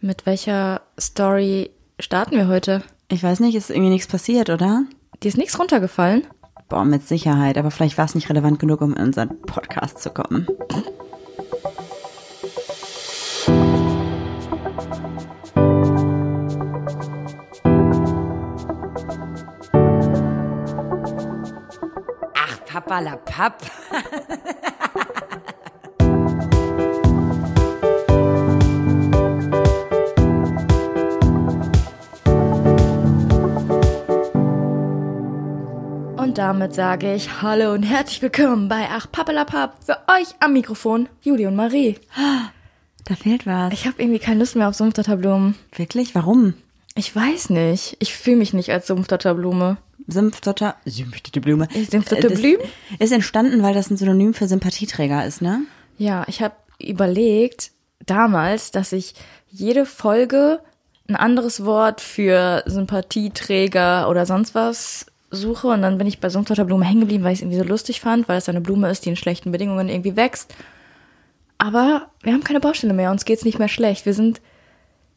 Mit welcher Story starten wir heute? Ich weiß nicht, ist irgendwie nichts passiert, oder? Dir ist nichts runtergefallen? Boah, mit Sicherheit, aber vielleicht war es nicht relevant genug, um in unseren Podcast zu kommen. Ach, Papa la Papp. Und damit sage ich Hallo und herzlich willkommen bei Ach Pappelapap für euch am Mikrofon, Juli und Marie. Da fehlt was. Ich habe irgendwie keine Lust mehr auf Sumpfdotterblumen. Wirklich? Warum? Ich weiß nicht. Ich fühle mich nicht als Sumpfdotterblume. Sümpfdotter, Sümpfdotter Blume. Sümpfdotter Äh, das Blüm? Ist entstanden, weil das ein Synonym für Sympathieträger ist, ne? Ja, ich habe überlegt damals, dass ich jede Folge ein anderes Wort für Sympathieträger oder sonst was suche und dann bin ich bei Sumpfdotterblume hängen geblieben, weil ich es irgendwie so lustig fand, weil es eine Blume ist, die in schlechten Bedingungen irgendwie wächst. Aber wir haben keine Baustelle mehr, uns geht's nicht mehr schlecht. Wir sind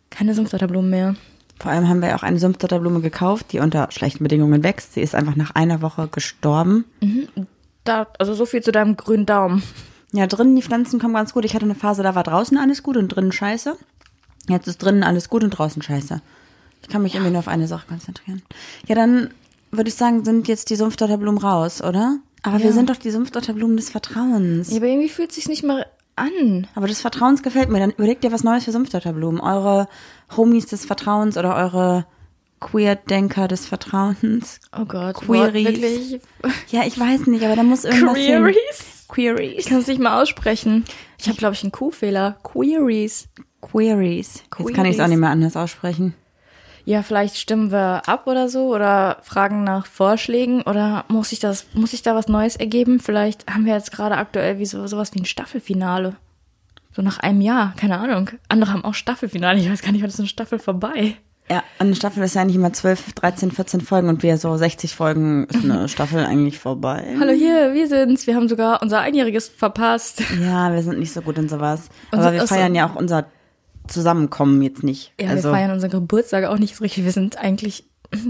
keine Sumpfdotterblumen mehr. Vor allem haben wir auch eine Sümpfdotterblume gekauft, die unter schlechten Bedingungen wächst. Sie ist einfach nach einer Woche gestorben. Da, also so viel zu deinem grünen Daumen. Ja, drinnen die Pflanzen kommen ganz gut. Ich hatte eine Phase, da war draußen alles gut und drinnen scheiße. Jetzt ist drinnen alles gut und draußen scheiße. Ich kann mich irgendwie nur auf eine Sache konzentrieren. Ja, dann würde ich sagen, sind jetzt die Sumpfdotterblumen raus, oder? Aber wir sind doch die Sumpfdotterblumen des Vertrauens. Ja, aber irgendwie fühlt sich's nicht mehr an. Aber des Vertrauens gefällt mir. Dann überlegt ihr was Neues für Sumpfdotterblumen. Eure Homies des Vertrauens oder eure Queer-Denker des Vertrauens. Oh Gott, Wort Queries. wirklich. Ja, ich weiß nicht, aber da muss irgendwas Queries? hin. Queries? Ich kann es nicht mal aussprechen. Ich habe, glaube ich, einen Q-Fehler. Queries. Queries. Jetzt kann ich es auch Queries. nicht mehr anders aussprechen. Ja, vielleicht stimmen wir ab oder so oder fragen nach Vorschlägen oder muss ich das, muss ich da was Neues ergeben? Vielleicht haben wir jetzt gerade aktuell wie so, sowas wie ein Staffelfinale. So nach einem Jahr, keine Ahnung. Andere haben auch Staffelfinale. Ich weiß gar nicht, wann ist eine Staffel vorbei? Ja, eine Staffel ist ja eigentlich immer 12, 13, 14 Folgen und wir so 60 Folgen ist eine Staffel eigentlich vorbei. Hallo hier, wir sind's. Wir haben sogar unser Einjähriges verpasst. Ja, wir sind nicht so gut in sowas. Und Aber so- wir also- feiern ja auch unser Zusammenkommen jetzt nicht. Ja, also, wir feiern unseren Geburtstag auch nicht so richtig. Wir sind eigentlich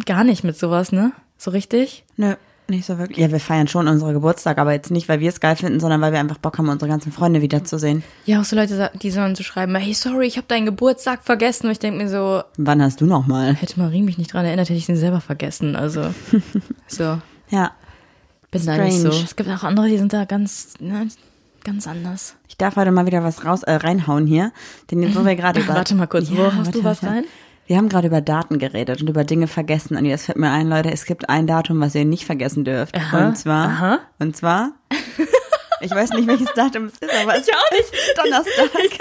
gar nicht mit sowas, ne? So richtig? Nö, nicht so wirklich. Ja, wir feiern schon unsere Geburtstag, aber jetzt nicht, weil wir es geil finden, sondern weil wir einfach Bock haben, unsere ganzen Freunde wiederzusehen. Ja, auch so Leute, sa- die sollen so schreiben, hey, sorry, ich habe deinen Geburtstag vergessen. Und ich denk mir so, Wann hast du nochmal? hätte Marie mich nicht dran erinnert, hätte ich den selber vergessen. Also, so, Ja, bin da nicht so. Strange. Es gibt auch andere, die sind da ganz, ne, ganz anders. ich darf heute mal wieder was raus, äh, reinhauen hier. Denn wo wir gerade über- Warte mal kurz, wo haust du warte, was warte. rein? Wir haben gerade über Daten geredet und über Dinge vergessen. Und jetzt fällt mir ein, Leute, es gibt ein Datum, was ihr nicht vergessen dürft. und zwar, aha. und zwar, ich weiß nicht, welches Datum es ist, aber es ist auch nicht. Donnerstag.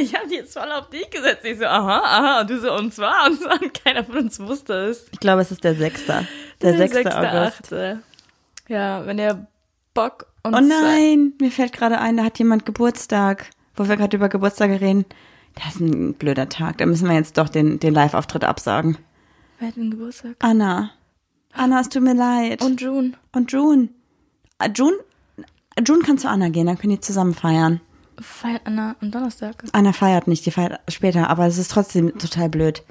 Ich habe die jetzt voll auf dich gesetzt. Ich so, aha, aha, und du so, und zwar, und zwar. Und keiner von uns wusste es. Ich glaube, es ist der 6. Der 6. August. August. Ja, wenn ihr Bock und Oh nein, mir fällt gerade ein, da hat jemand Geburtstag, wo wir gerade über Geburtstage reden. Das ist ein blöder Tag, da müssen wir jetzt doch den, den Live-Auftritt absagen. Wer hat denn Geburtstag? Anna. Anna, es tut mir leid. Und June. und June. Ah, June? Ah, June kann zu Anna gehen, dann können die zusammen feiern. Feiert Anna am Donnerstag. Anna feiert nicht, die feiert später, aber es ist trotzdem total blöd.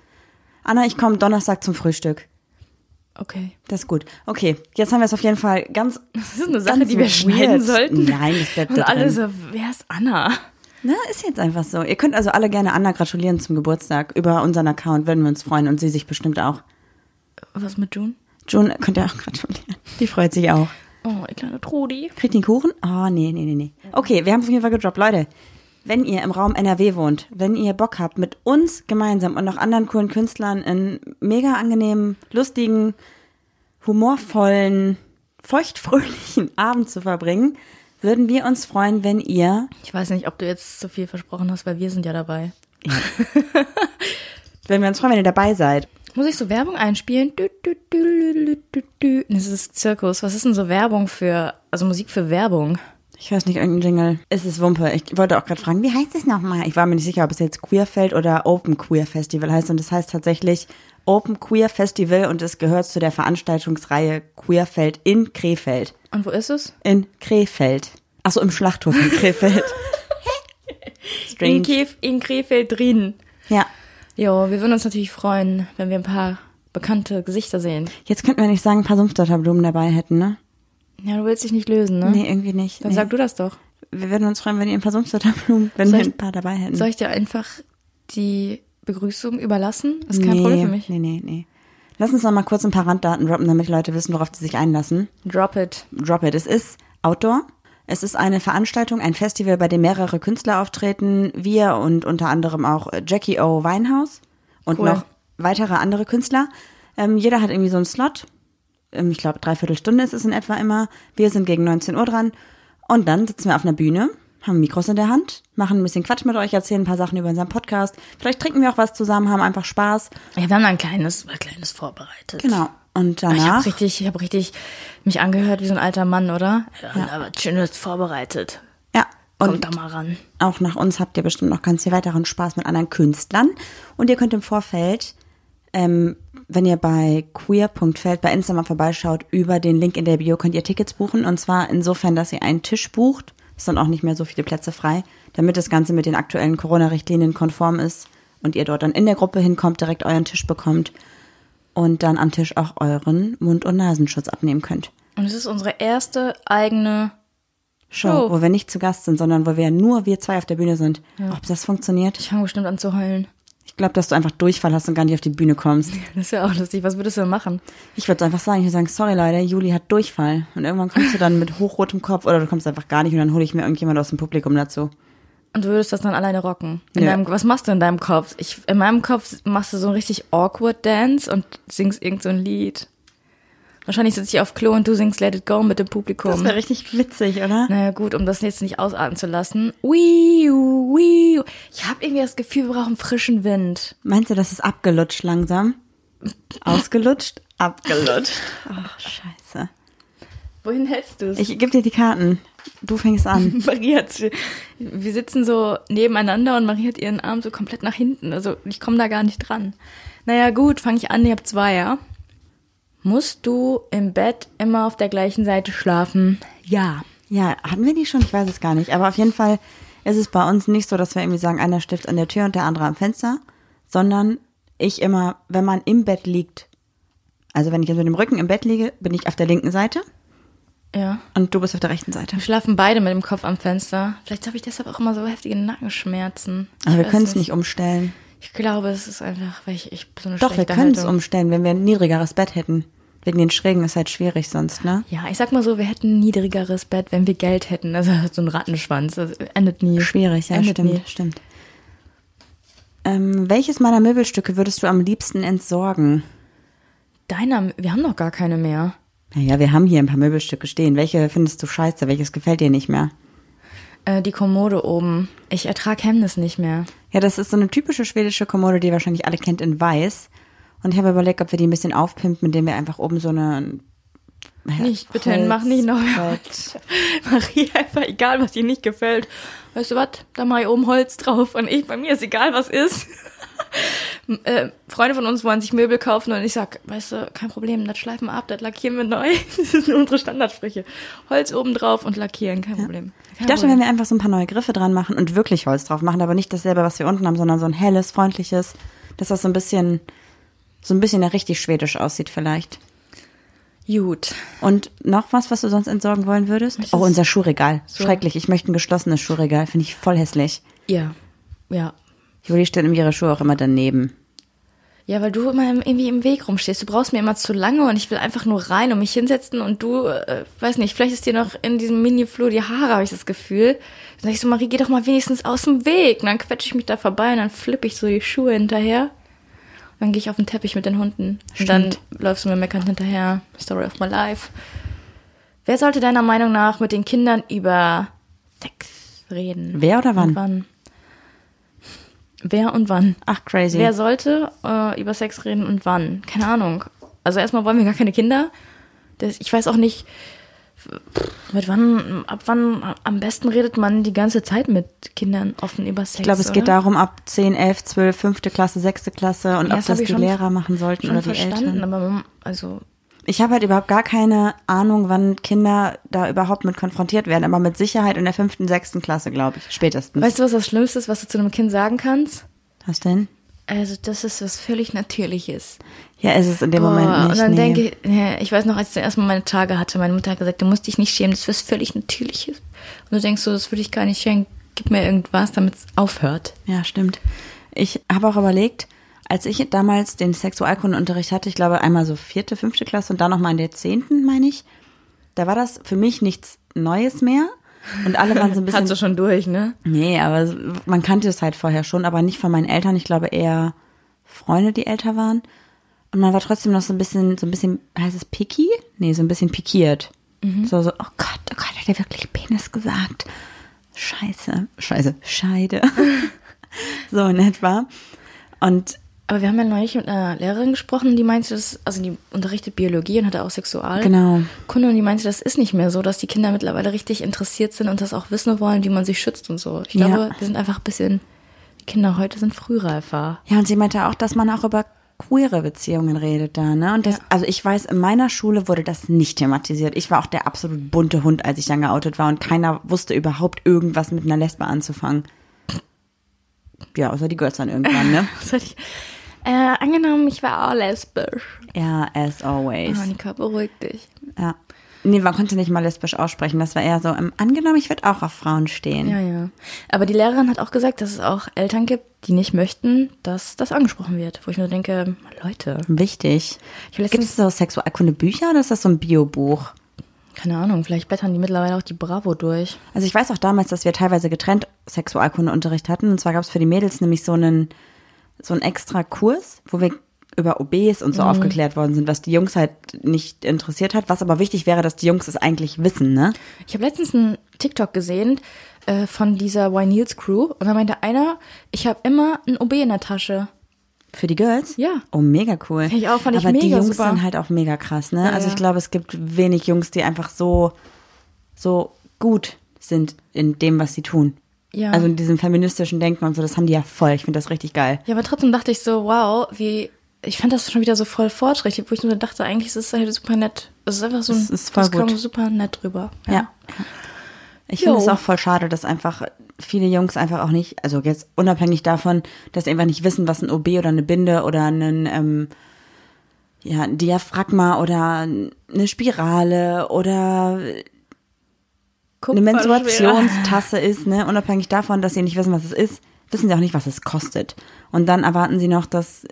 Anna, ich komme Donnerstag zum Frühstück. Okay. Das ist gut. Okay, jetzt haben wir es auf jeden Fall ganz. Das ist eine Sache, ganz die wir weird. schneiden sollten. Nein, das bleibt Und da alle drin. so, wer ist Anna? Na, ist jetzt einfach so. Ihr könnt also alle gerne Anna gratulieren zum Geburtstag. Über unseren Account würden wir uns freuen und sie sich bestimmt auch. Was mit June? June könnt ihr auch gratulieren. Die freut sich auch. Oh, die kleine Trudi. Kriegt die einen Kuchen? Oh, nee, nee, nee, nee. Okay, wir haben es auf jeden Fall gedroppt. Leute, wenn ihr im Raum NRW wohnt, wenn ihr Bock habt, mit uns gemeinsam und noch anderen coolen Künstlern in mega angenehmen, lustigen, humorvollen, feuchtfröhlichen Abend zu verbringen, würden wir uns freuen, wenn ihr Ich weiß nicht, ob du jetzt so viel versprochen hast, weil wir sind ja dabei. Wenn wir uns freuen, wenn ihr dabei seid. Muss ich so Werbung einspielen? Dü, dü, dü, dü, dü, dü, dü. Das ist Zirkus. Was ist denn so Werbung für, also Musik für Werbung? Ich weiß nicht, irgendein Jingle. Es ist Wumpe. Ich wollte auch gerade fragen, wie heißt es nochmal? Ich war mir nicht sicher, ob es jetzt Queerfeld oder Open Queer Festival heißt. Und es heißt tatsächlich Open Queer Festival und es gehört zu der Veranstaltungsreihe Queerfeld in Krefeld. Und wo ist es? In Krefeld. Achso, im Schlachthof in Krefeld. In, Strange. Kref in Krefeld drin. Ja. Jo, wir würden uns natürlich freuen, wenn wir ein paar bekannte Gesichter sehen. Jetzt könnten wir nicht sagen, ein paar Sumpfdotterblumen dabei hätten, ne? Ja, du willst dich nicht lösen, ne? Nee, irgendwie nicht. Dann nee. sag du das doch. wir würden uns freuen, wenn ihr ein paar Sumpfdotterblumen, wenn Soll wir ich- ein paar dabei hätten. Soll ich dir einfach die Begrüßung überlassen? Ist kein nee, Problem für mich. Nee, nee, nee. Lass uns noch mal kurz ein paar Randdaten droppen, damit die Leute wissen, worauf die sich einlassen. Drop it. Drop It. Es ist Outdoor. Es ist eine Veranstaltung, ein Festival, bei dem mehrere Künstler auftreten. Wir und unter anderem auch äh, Jackie O. Winehouse und Cool. noch weitere andere Künstler. Ähm, jeder hat irgendwie so einen Slot. Ähm, ich glaube, dreiviertel Stunde ist es in etwa immer. Wir sind gegen 19 Uhr dran. Und dann sitzen wir auf einer Bühne, haben Mikros in der Hand, machen ein bisschen Quatsch mit euch, erzählen ein paar Sachen über unseren Podcast. Vielleicht trinken wir auch was zusammen, haben einfach Spaß. Ja, wir haben da ein kleines, ein kleines vorbereitet. Genau. Und Ah, Ich danach. habe richtig, ich habe richtig mich angehört wie so ein alter Mann, oder? Ja, aber schönes vorbereitet. Ja. Kommt Und da mal ran. Auch nach uns habt ihr bestimmt noch ganz viel weiteren Spaß mit anderen Künstlern. Und ihr könnt im Vorfeld, ähm, wenn ihr bei queer.feld bei Instagram vorbeischaut, über den Link in der Bio könnt ihr Tickets buchen. Und zwar insofern, dass ihr einen Tisch bucht. Es sind auch nicht mehr so viele Plätze frei, damit das Ganze mit den aktuellen Corona-Richtlinien konform ist und ihr dort dann in der Gruppe hinkommt, direkt euren Tisch bekommt und dann am Tisch auch euren Mund- und Nasenschutz abnehmen könnt. Und es ist unsere erste eigene Show, Show. wo wir nicht zu Gast sind, sondern wo wir nur wir zwei auf der Bühne sind. Ob das funktioniert? Ich fange bestimmt an zu heulen. Ich glaube, dass du einfach Durchfall hast und gar nicht auf die Bühne kommst. Das ist ja auch lustig. Was würdest du denn machen? Ich würde einfach sagen, ich würde sagen, sorry Leute, Juli hat Durchfall. Und irgendwann kommst du dann mit hochrotem Kopf oder du kommst einfach gar nicht und dann hole ich mir irgendjemand aus dem Publikum dazu. Und du würdest das dann alleine rocken. In Nö. deinem, was machst du in deinem Kopf? Ich, in meinem Kopf machst du so einen richtig awkward Dance und singst irgend so ein Lied. Wahrscheinlich sitze ich auf Klo und du singst Let It Go mit dem Publikum. wär richtig witzig, oder? Naja gut, um das jetzt nicht ausatmen zu lassen. Ui, ui. Ich habe irgendwie das Gefühl, wir brauchen frischen Wind. Meinst du, das ist abgelutscht langsam? Ausgelutscht? Abgelutscht. Ach, scheiße. Wohin hältst du es? Ich gebe dir die Karten. Du fängst an. Marie hat, wir sitzen so nebeneinander und Marie hat ihren Arm so komplett nach hinten. Also ich komme da gar nicht dran. Naja gut, fange ich an, ihr habt zwei, ja? Musst du im Bett immer auf der gleichen Seite schlafen? Ja. Ja, hatten wir die schon? Ich weiß es gar nicht. Aber auf jeden Fall ist es bei uns nicht so, dass wir irgendwie sagen, einer stifft an der Tür und der andere am Fenster, sondern ich immer, wenn man im Bett liegt, also wenn ich jetzt mit dem Rücken im Bett liege, bin ich auf der linken Seite Ja. und du bist auf der rechten Seite. Wir schlafen beide mit dem Kopf am Fenster. Vielleicht habe ich deshalb auch immer so heftige Nackenschmerzen. Aber wir Ich weiß können es nicht umstellen. Ich glaube, es ist einfach, weil ich, ich so eine Doch, wir um- schlechte können es Haltung. umstellen, wenn wir ein niedrigeres Bett hätten. Wegen den Schrägen ist halt schwierig sonst, ne? Ja, ich sag mal so, wir hätten ein niedrigeres Bett, wenn wir Geld hätten. Also so ein Rattenschwanz, das endet nie. Schwierig, ja, endet stimmt, Nie. stimmt. Ähm, welches meiner Möbelstücke würdest du am liebsten entsorgen? Deiner, wir haben noch gar keine mehr. Naja, wir haben hier ein paar Möbelstücke stehen. Welche findest du scheiße? Welches gefällt dir nicht mehr? Äh, die Kommode oben. Ich ertrag Hemmnis nicht mehr. Ja, das ist so eine typische schwedische Kommode, die ihr wahrscheinlich alle kennt in weiß. Und ich habe überlegt, ob wir die ein bisschen aufpimpen, indem wir einfach oben so eine. Nicht, bitte, mach nicht noch mehr Holz. Marie, einfach egal, was dir nicht gefällt. Weißt du was? Da mach ich oben Holz drauf und ich, bei mir ist egal, was ist. äh, Freunde von uns wollen sich Möbel kaufen und ich sag, weißt du, kein Problem, das schleifen wir ab, das lackieren wir neu. das sind unsere Standardsprüche. Holz oben drauf und lackieren, kein Problem. Kein Ich dachte, Problem. wenn wir einfach so ein paar neue Griffe dran machen und wirklich Holz drauf machen, aber nicht dasselbe, was wir unten haben, sondern so ein helles, freundliches, dass das so ein bisschen, so ein bisschen richtig schwedisch aussieht vielleicht. Gut. Und noch was, was du sonst entsorgen wollen würdest? Oh, unser Schuhregal. Schrecklich. Ich möchte ein geschlossenes Schuhregal. Finde ich voll hässlich. Ja. Ja. Juli stellt nämlich ihre Schuhe auch immer daneben. Ja, weil du immer im, irgendwie im Weg rumstehst. Du brauchst mir immer zu lange und ich will einfach nur rein und mich hinsetzen und du, äh, weiß nicht, vielleicht ist dir noch in diesem Mini-Flo die Haare, habe ich das Gefühl. Dann sag ich so, Marie, geh doch mal wenigstens aus dem Weg. Und dann quetsche ich mich da vorbei und dann flippe ich so die Schuhe hinterher. Und dann gehe ich auf den Teppich mit den Hunden. Und dann läufst du mir meckernd hinterher. Story of my life. Wer sollte deiner Meinung nach mit den Kindern über Sex reden? Wer oder wann? Und wann? Wer und wann? Ach, crazy. Wer sollte äh, über Sex reden und wann? Keine Ahnung. Also erstmal wollen wir gar keine Kinder. Das, ich weiß auch nicht, pff, mit wann, ab wann am besten redet man die ganze Zeit mit Kindern offen über Sex. ich glaube, es geht oder? darum, ab 10, 11, 12, 5. Klasse, 6. Klasse und Ja, ob hab das ich die schon- Lehrer machen sollten schon oder die verstanden, Eltern. aber man, also Ich habe halt überhaupt gar keine Ahnung, wann Kinder da überhaupt mit konfrontiert werden, aber mit Sicherheit in der fünften, sechsten Klasse, glaube ich, spätestens. Weißt du, was das Schlimmste ist, was du zu einem Kind sagen kannst? Was denn? Also, das ist was völlig Natürliches. Ja, ist es in dem Moment nicht. und dann nee. denke ich, ja, ich weiß noch, als ich das erste Mal meine Tage hatte, meine Mutter hat gesagt, du musst dich nicht schämen, das ist was völlig Natürliches. Und du denkst so, das würde ich gar nicht schenken, gib mir irgendwas, damit es aufhört. Ja, stimmt. Ich habe auch überlegt, als ich damals den Sexualkundenunterricht hatte, ich glaube einmal so vierte, fünfte Klasse und dann nochmal in der zehnten, meine ich, da war das für mich nichts Neues mehr. Und alle waren so ein bisschen. Hast du schon durch, ne? nee, aber es- man kannte es halt vorher schon, aber nicht von meinen Eltern. Ich glaube eher Freunde, die älter waren. Und man war trotzdem noch so ein bisschen, so ein bisschen, heißt es picky? Nee, so ein bisschen pikiert. So, so, oh Gott, oh Gott, hat er wirklich Penis gesagt? Scheiße, scheiße, Scheide. so in etwa. Und Aber wir haben ja neulich mit einer Lehrerin gesprochen, die meinte, das, also die unterrichtet Biologie und hatte auch Sexual. Genau. Kunde und die meinte, das ist nicht mehr so, dass die Kinder mittlerweile richtig interessiert sind und das auch wissen wollen, wie man sich schützt und so. Ich Ja. glaube, die sind einfach ein bisschen, die Kinder heute sind frühreifer. Ja, und sie meinte auch, dass man auch über queere Beziehungen redet da, ne? Und das, also ich weiß, in meiner Schule wurde das nicht thematisiert. Ich war auch der absolut bunte Hund, als ich dann geoutet war und keiner wusste überhaupt irgendwas mit einer Lesbe anzufangen. Ja, außer die Girls dann irgendwann, ne? Was hatte ich? Äh, angenommen, ich war auch lesbisch. Ja, as always. Monika, Ah, beruhig dich. Ja. Nee, man konnte nicht mal lesbisch aussprechen. Das war eher so, ähm, angenommen, ich würde auch auf Frauen stehen. Ja, ja. Aber die Lehrerin hat auch gesagt, dass es auch Eltern gibt, die nicht möchten, dass das angesprochen wird. Wo ich nur denke, Leute, Wichtig. Ich hab Gibt letztens- es so Sexualkunde-Bücher oder ist das so ein Biobuch? keine Ahnung, vielleicht blättern die mittlerweile auch die Bravo durch. Also ich weiß auch damals, dass wir teilweise getrennt Sexualkundeunterricht hatten. Und zwar gab es für die Mädels nämlich so einen, so einen extra Kurs, wo wir über OBs und so Mhm. aufgeklärt worden sind, was die Jungs halt nicht interessiert hat. Was aber wichtig wäre, dass die Jungs es eigentlich wissen, ne? Ich habe letztens einen TikTok gesehen äh, von dieser Wineals Crew und da meinte einer, ich habe immer ein OB in der Tasche. Für die Girls? Ja. Oh, mega cool. Ich auch, fand ich aber die mega Jungs super. sind halt auch mega krass, ne? Ja, also ich ja. glaube, es gibt wenig Jungs, die einfach so, so gut sind in dem, was sie tun. Ja. Also in diesem feministischen Denken und so, das haben die ja voll. Ich finde das richtig geil. Ja, aber trotzdem dachte ich so, wow, wie, ich fand das schon wieder so voll fortschrittlich, wo ich nur dachte, eigentlich ist es halt super nett. Es ist einfach so ein, Es ist voll das kam gut. super nett rüber. Ja. Ich finde Jo. es auch voll schade, dass einfach viele Jungs einfach auch nicht, also jetzt unabhängig davon, dass sie einfach nicht wissen, was ein OB oder eine Binde oder ein ähm, ja, ein Diaphragma oder eine Spirale oder eine Menstruationstasse ist, ne? Unabhängig davon, dass sie nicht wissen, was es ist, wissen sie auch nicht, was es kostet. Und dann erwarten sie noch, dass,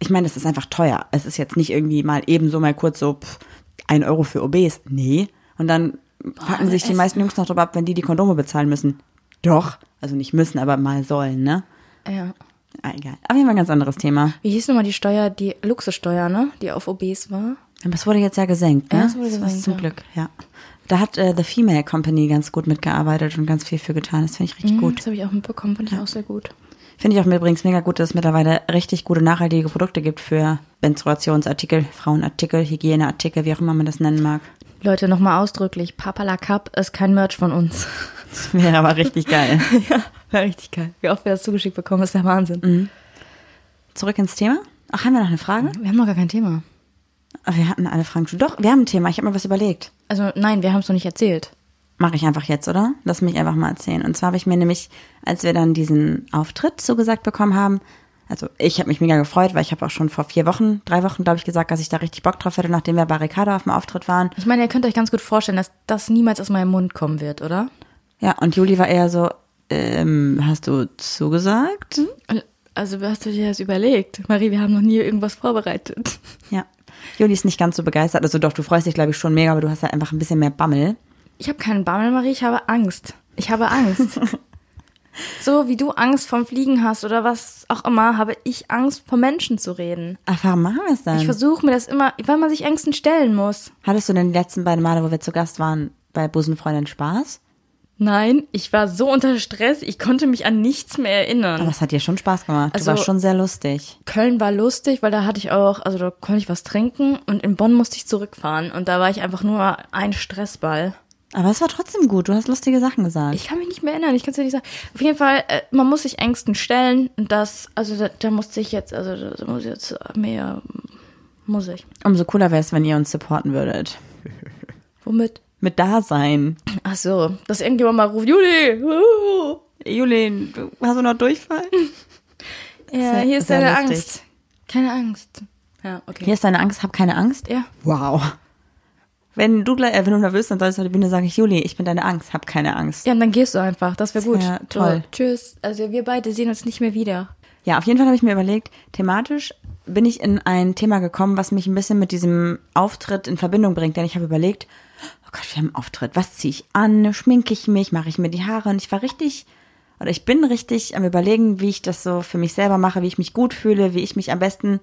ich meine, es ist einfach teuer. Es ist jetzt nicht irgendwie mal ebenso mal kurz so pff, ein Euro für OBs. Nee. Und dann packen sich die es- meisten Jungs noch drüber ab, wenn die die Kondome bezahlen müssen. Doch. Also nicht müssen, aber mal sollen, ne? Ja. Ah, egal. Aber wir haben ein ganz anderes Thema. Wie hieß nochmal die Steuer, die Luxussteuer, ne? Die auf OBs war? Aber es wurde jetzt ja gesenkt, ne? Ja, es wurde Das gesenkt, Zum ja. Glück, ja. Da hat äh, The Female Company ganz gut mitgearbeitet und ganz viel für getan. Das finde ich richtig gut. Das habe ich auch mitbekommen, fand ich auch sehr gut. Finde ich auch übrigens mega gut, dass es mittlerweile richtig gute nachhaltige Produkte gibt für Menstruationsartikel, Frauenartikel, Hygieneartikel, wie auch immer man das nennen mag. Leute, nochmal ausdrücklich, Papala Cup ist kein Merch von uns. Das wäre aber richtig geil. ja, war richtig geil. Wie oft wir das zugeschickt bekommen, ist der Wahnsinn. Zurück ins Thema. Ach, haben wir noch eine Frage? Wir haben noch gar kein Thema. Ach, wir hatten alle Fragen schon. Doch, wir haben ein Thema. Ich habe mir was überlegt. Also nein, wir haben es noch nicht erzählt. Mache ich einfach jetzt, oder? Lass mich einfach mal erzählen. Und zwar habe ich mir nämlich, als wir dann diesen Auftritt zugesagt bekommen haben, also ich habe mich mega gefreut, weil ich habe auch schon vor vier Wochen, drei Wochen, glaube ich, gesagt, dass ich da richtig Bock drauf hätte, nachdem wir Barricade auf dem Auftritt waren. Ich meine, ihr könnt euch ganz gut vorstellen, dass das niemals aus meinem Mund kommen wird, oder? Ja, und Juli war eher so, ähm, hast du zugesagt? Also hast du dir das überlegt? Marie, wir haben noch nie irgendwas vorbereitet. Ja. Juli ist nicht ganz so begeistert. Also doch, du freust dich, glaube ich, schon mega, aber du hast halt einfach ein bisschen mehr Bammel. Ich habe keinen Bammel, Marie, ich habe Angst. Ich habe Angst. so wie du Angst vom Fliegen hast oder was auch immer, habe ich Angst, vor Menschen zu reden. Ach, warum machen wir es Ich dann? versuche mir das immer, weil man sich Ängsten stellen muss. Hattest du denn die letzten beiden Male, wo wir zu Gast waren, bei Busenfreundin Spaß? Nein, ich war so unter Stress, ich konnte mich an nichts mehr erinnern. Aber es hat dir schon Spaß gemacht. Also- du warst schon sehr lustig. Köln war lustig, weil da hatte ich auch, also da konnte ich was trinken und in Bonn musste ich zurückfahren und da war ich einfach nur ein Stressball. Aber es war trotzdem gut. Du hast lustige Sachen gesagt. Ich kann mich nicht mehr erinnern, ich kann es dir nicht sagen. Auf jeden Fall, äh, man muss sich Ängsten stellen und das, also da, da musste ich jetzt, also da, da muss ich jetzt mehr Muss ich. Umso cooler wäre es, wenn ihr uns supporten würdet. Womit? Mit Dasein. Ach so, dass irgendjemand mal ruft, Juli. uh. Julien, du- hast du noch Durchfall? Ja, Sehr- hier ist sehr deine lustig. Angst. Keine Angst. Ja, okay. Hier ist deine Angst, hab keine Angst. Ja. Wow. Wenn du, gleich, äh, wenn du nervös dann sollst du auf der Bühne sagen, Juli, ich bin deine Angst, hab keine Angst. Ja, und dann gehst du einfach. Das wäre gut. Ja, toll. So, tschüss. Also wir beide sehen uns nicht mehr wieder. Ja, auf jeden Fall habe ich mir überlegt, thematisch bin ich in ein Thema gekommen, was mich ein bisschen mit diesem Auftritt in Verbindung bringt. Denn ich habe überlegt, oh Gott, wir haben einen Auftritt. Was ziehe ich an? Schminke ich mich? Mache ich mir die Haare? Und ich war richtig, oder ich bin richtig am Überlegen, wie ich das so für mich selber mache, wie ich mich gut fühle, wie ich mich am besten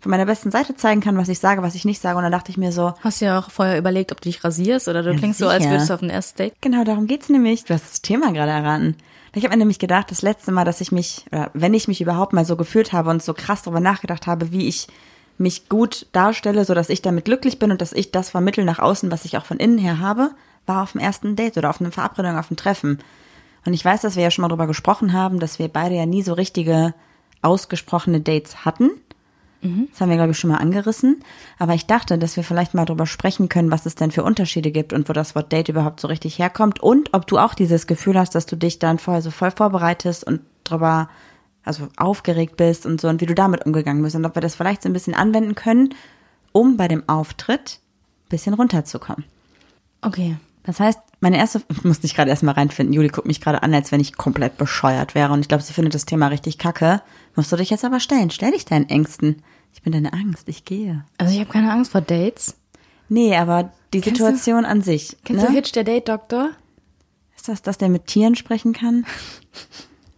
von meiner besten Seite zeigen kann, was ich sage, was ich nicht sage. Und dann dachte ich mir so, Hast du ja auch vorher überlegt, ob du dich rasierst oder du Ja, klingst so, als sicher. würdest du auf ein erstes Date. Genau, darum geht's nämlich. Du hast das Thema gerade erraten. Ich habe mir nämlich gedacht, das letzte Mal, dass ich mich, oder wenn ich mich überhaupt mal so gefühlt habe und so krass darüber nachgedacht habe, wie ich mich gut darstelle, sodass ich damit glücklich bin und dass ich das vermittel nach außen, was ich auch von innen her habe, war auf dem ersten Date oder auf einer Verabredung, auf einem Treffen. Und ich weiß, dass wir ja schon mal drüber gesprochen haben, dass wir beide ja nie so richtige ausgesprochene Dates hatten. Das haben wir, glaube ich, schon mal angerissen. Aber ich dachte, dass wir vielleicht mal darüber sprechen können, was es denn für Unterschiede gibt und wo das Wort Date überhaupt so richtig herkommt. Und ob du auch dieses Gefühl hast, dass du dich dann vorher so voll vorbereitest und darüber, also aufgeregt bist und so und wie du damit umgegangen bist. Und ob wir das vielleicht so ein bisschen anwenden können, um bei dem Auftritt ein bisschen runterzukommen. Okay. Das heißt, meine erste, ich muss dich gerade erstmal reinfinden. Juli guckt mich gerade an, als wenn ich komplett bescheuert wäre. Und ich glaube, sie findet das Thema richtig kacke. Musst du dich jetzt aber stellen. Stell dich deinen Ängsten. Ich bin deine Angst. Ich gehe. Also ich habe keine Angst vor Dates. Nee, aber die Kennst du- Situation an sich. Kennst du ne? Hitch, der Date-Doktor? Ist das, dass der mit Tieren sprechen kann?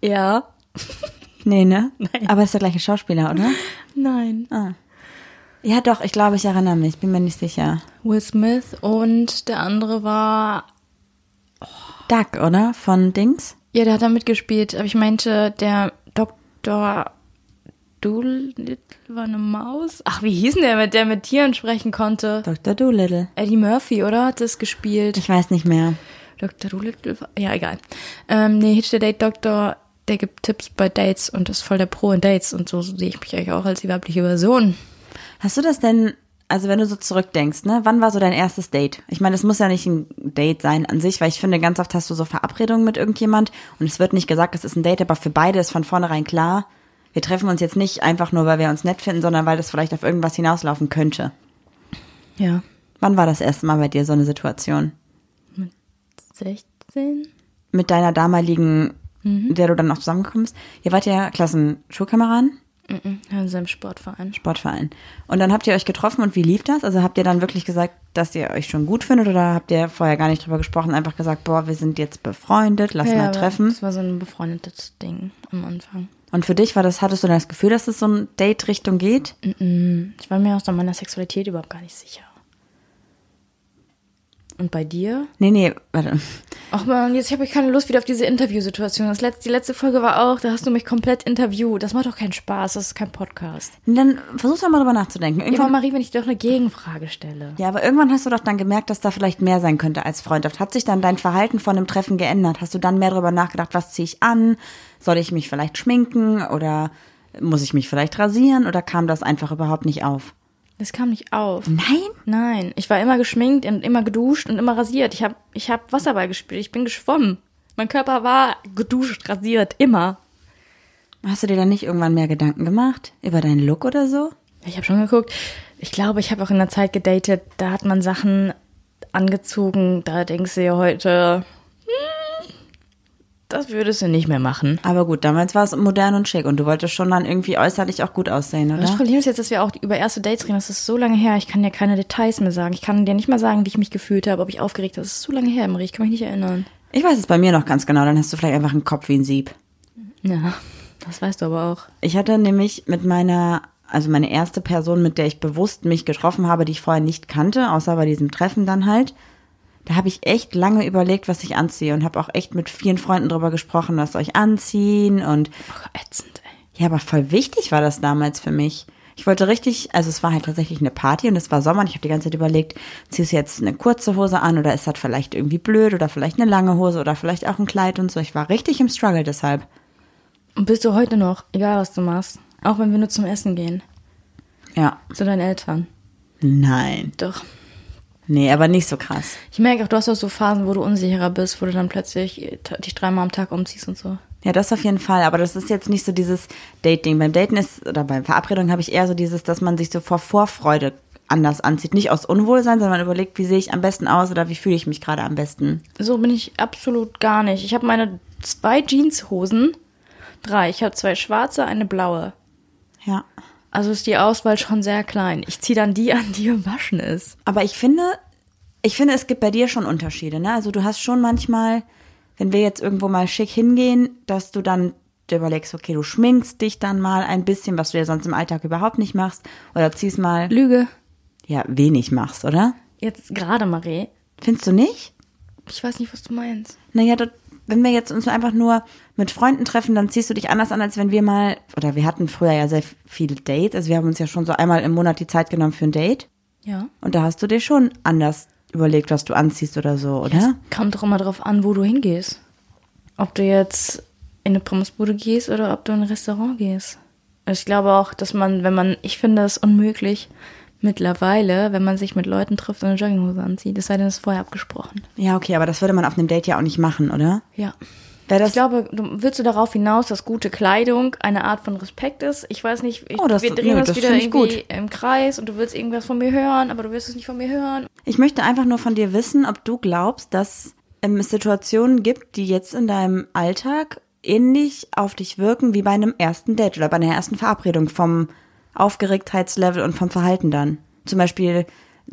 Ja. Nee, ne? Nein. Aber ist der gleiche Schauspieler, oder? Nein. Ah. ja, doch. Ich glaube, ich erinnere mich. Bin mir nicht sicher. Will Smith und der andere war. Duck, oder? Von Dings? Ja, der hat da mitgespielt. Aber ich meinte, der Doktor Doolittle war eine Maus. Ach, wie hieß denn der, mit der mit Tieren sprechen konnte? Dr. Doolittle. Eddie Murphy, oder? Hat das gespielt? Ich weiß nicht mehr. Dr. Doolittle war. Ja, egal. Ähm, nee, Hitch der Date Doktor, der gibt Tipps bei Dates und ist voll der Pro in Dates und so sehe ich mich eigentlich auch als die weibliche Version. Hast du das denn, also wenn du so zurückdenkst, ne, wann war so dein erstes Date? Ich meine, es muss ja nicht ein Date sein an sich, weil ich finde, ganz oft hast du so Verabredungen mit irgendjemand und es wird nicht gesagt, es ist ein Date, aber für beide ist von vornherein klar, wir treffen uns jetzt nicht einfach nur, weil wir uns nett finden, sondern weil das vielleicht auf irgendwas hinauslaufen könnte. Ja. Wann war das erste Mal bei dir so eine Situation? 16? Mit deiner damaligen, mit der du dann noch zusammengekommen bist? Ihr wart ja Klassen-Schulkameraden? Mhm. Ja, in seinem Sportverein. Sportverein. Und dann habt ihr euch getroffen und wie lief das? Also habt ihr dann wirklich gesagt, dass ihr euch schon gut findet oder habt ihr vorher gar nicht drüber gesprochen, einfach gesagt, boah, wir sind jetzt befreundet, lass ja, mal aber treffen. Das war so ein befreundetes Ding am Anfang. Und für dich war das, hattest du dann das Gefühl, dass es so ein Date-Richtung geht? Mhm. Ich war mir auch so meiner Sexualität überhaupt gar nicht sicher. Und bei dir? Nee, nee, warte. Ach man, jetzt habe ich keine Lust wieder auf diese Interviewsituation. Das letzte, die letzte Folge war auch, da hast du mich komplett interviewt. Das macht doch keinen Spaß, das ist kein Podcast. Dann versuch doch mal drüber nachzudenken. Ja, Irgendwann, aber Marie, wenn ich dir doch eine Gegenfrage stelle. ja, aber irgendwann hast du doch dann gemerkt, dass da vielleicht mehr sein könnte als Freundschaft. Hat sich dann dein Verhalten von dem Treffen geändert? Hast du dann mehr drüber nachgedacht, was ziehe ich an? Soll ich mich vielleicht schminken oder muss ich mich vielleicht rasieren oder kam das einfach überhaupt nicht auf? Das kam nicht auf. Nein? Nein, ich war immer geschminkt und immer geduscht und immer rasiert. Ich habe ich hab Wasserball gespielt, ich bin geschwommen. Mein Körper war geduscht, rasiert, immer. Hast du dir dann nicht irgendwann mehr Gedanken gemacht? Über deinen Look oder so? Ich habe schon geguckt. Ich glaube, ich habe auch in der Zeit gedatet, da hat man Sachen angezogen, da denkst du ja heute, hm, das würdest du nicht mehr machen. Aber gut, damals war es modern und schick und du wolltest schon dann irgendwie äußerlich auch gut aussehen, Das oder? Problem ist jetzt, dass wir auch über erste Dates reden. Das ist so lange her. Ich kann dir keine Details mehr sagen. Ich kann dir nicht mal sagen, wie ich mich gefühlt habe, ob ich aufgeregt war. Das ist so lange her, Marie. Ich kann mich nicht erinnern. Ich weiß es bei mir noch ganz genau, dann hast du vielleicht einfach einen Kopf wie ein Sieb. Ja, das weißt du aber auch. Ich hatte nämlich mit meiner, also meine erste Person, mit der ich bewusst mich getroffen habe, die ich vorher nicht kannte, außer bei diesem Treffen dann halt, da habe ich echt lange überlegt, was ich anziehe und habe auch echt mit vielen Freunden drüber gesprochen, was soll ich anziehen und Ach, ätzend, ey. Ja, aber voll wichtig war das damals für mich. Ich wollte richtig, also es war halt tatsächlich eine Party und es war Sommer und ich habe die ganze Zeit überlegt, ziehst du jetzt eine kurze Hose an oder ist das vielleicht irgendwie blöd oder vielleicht eine lange Hose oder vielleicht auch ein Kleid und so. Ich war richtig im Struggle deshalb. Und bist du heute noch, egal was du machst, auch wenn wir nur zum Essen gehen, Ja. zu deinen Eltern. Nein. Doch. Nee, aber nicht so krass. Ich merke auch, du hast auch so Phasen, wo du unsicherer bist, wo du dann plötzlich t- dich dreimal am Tag umziehst und so. Ja, das auf jeden Fall. Aber das ist jetzt nicht so dieses Dating. Beim Daten ist, oder bei Verabredung habe ich eher so dieses, dass man sich so vor Vorfreude anders anzieht. Nicht aus Unwohlsein, sondern man überlegt, wie sehe ich am besten aus oder wie fühle ich mich gerade am besten. So bin ich absolut gar nicht. Ich habe meine zwei Jeanshosen. Drei. Ich habe zwei schwarze, eine blaue. Ja. Also ist die Auswahl schon sehr klein. Ich ziehe dann die an, die gewaschen ist. Aber ich finde, ich finde, es gibt bei dir schon Unterschiede. Ne? Also du hast schon manchmal, wenn wir jetzt irgendwo mal schick hingehen, dass du dann dir überlegst, okay, du schminkst dich dann mal ein bisschen, was du ja sonst im Alltag überhaupt nicht machst, oder ziehst mal, Lüge. ja, wenig machst, oder? Jetzt gerade, Marie. Findest du nicht? Ich weiß nicht, was du meinst. Naja, dort, wenn wir jetzt uns einfach nur mit Freunden treffen, dann ziehst du dich anders an, als wenn wir mal, oder wir hatten früher ja sehr viele Dates, also wir haben uns ja schon so einmal im Monat die Zeit genommen für ein Date. Ja. Und da hast du dir schon anders überlegt, was du anziehst oder so, oder? Kommt doch immer drauf an, wo du hingehst. Ob du jetzt in eine Pommesbude gehst oder ob du in ein Restaurant gehst. Also ich glaube auch, dass man, wenn man, ich finde es unmöglich mittlerweile, wenn man sich mit Leuten trifft und eine Jogginghose anzieht, es sei denn, es ist vorher abgesprochen. Ja, okay, aber das würde man auf einem Date ja auch nicht machen, oder? Ja. Wäre das, Ich glaube, du, willst du darauf hinaus, dass gute Kleidung eine Art von Respekt ist? Ich weiß nicht, ich, Oh, das- wir drehen nö, uns das wieder finde ich irgendwie gut. im Kreis und du willst irgendwas von mir hören, aber du willst es nicht von mir hören. ich möchte einfach nur von dir wissen, ob du glaubst, dass ähm, es Situationen gibt, die jetzt in deinem Alltag ähnlich auf dich wirken wie bei einem ersten Date oder bei einer ersten Verabredung vom Aufgeregtheitslevel und vom Verhalten dann. Zum Beispiel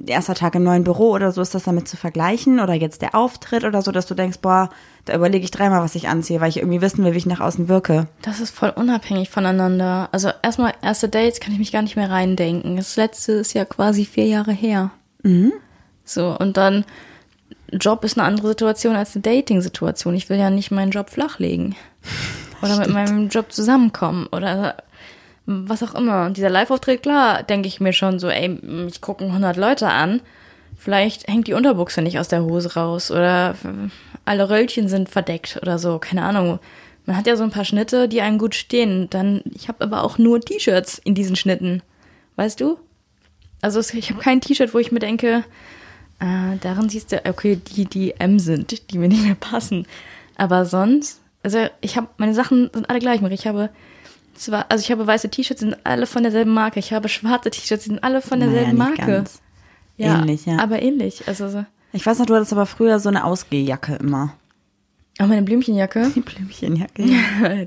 erster Tag im neuen Büro oder so ist das damit zu vergleichen oder jetzt der Auftritt oder so, dass du denkst, boah, da überlege ich dreimal, was ich anziehe, weil ich irgendwie wissen will, wie ich nach außen wirke. Das ist voll unabhängig voneinander. Also erstmal erste Dates kann ich mich gar nicht mehr reindenken. Das letzte ist ja quasi vier Jahre her. Mhm. So, und dann Job ist eine andere Situation als eine Dating-Situation. Ich will ja nicht meinen Job flachlegen. Oder mit meinem Job zusammenkommen. Oder was auch immer. Und dieser Live-Auftritt, klar, denke ich mir schon so, ey, mm, mich gucken 100 Leute an. Vielleicht hängt die Unterbuchse nicht aus der Hose raus oder alle Röllchen sind verdeckt oder so, keine Ahnung. Man hat ja so ein paar Schnitte, die einem gut stehen. Dann, ich habe aber auch nur T-Shirts in diesen Schnitten. Weißt du? Also es- ich habe kein T-Shirt, wo ich mir denke, äh, darin siehst du, okay, die, die M sind, die mir nicht mehr passen. Aber sonst, also ich habe, meine Sachen sind alle gleich, Marie. Ich habe zwar, also ich habe weiße T-Shirts, die sind alle von derselben Marke. Ich habe schwarze T-Shirts, die sind alle von Naja, derselben nicht Marke. ganz. Ähnlich, ja. Aber ähnlich. Also so. Ich weiß noch, du hattest aber früher so eine Ausgehjacke immer. Auch meine Blümchenjacke, Die Blümchenjacke.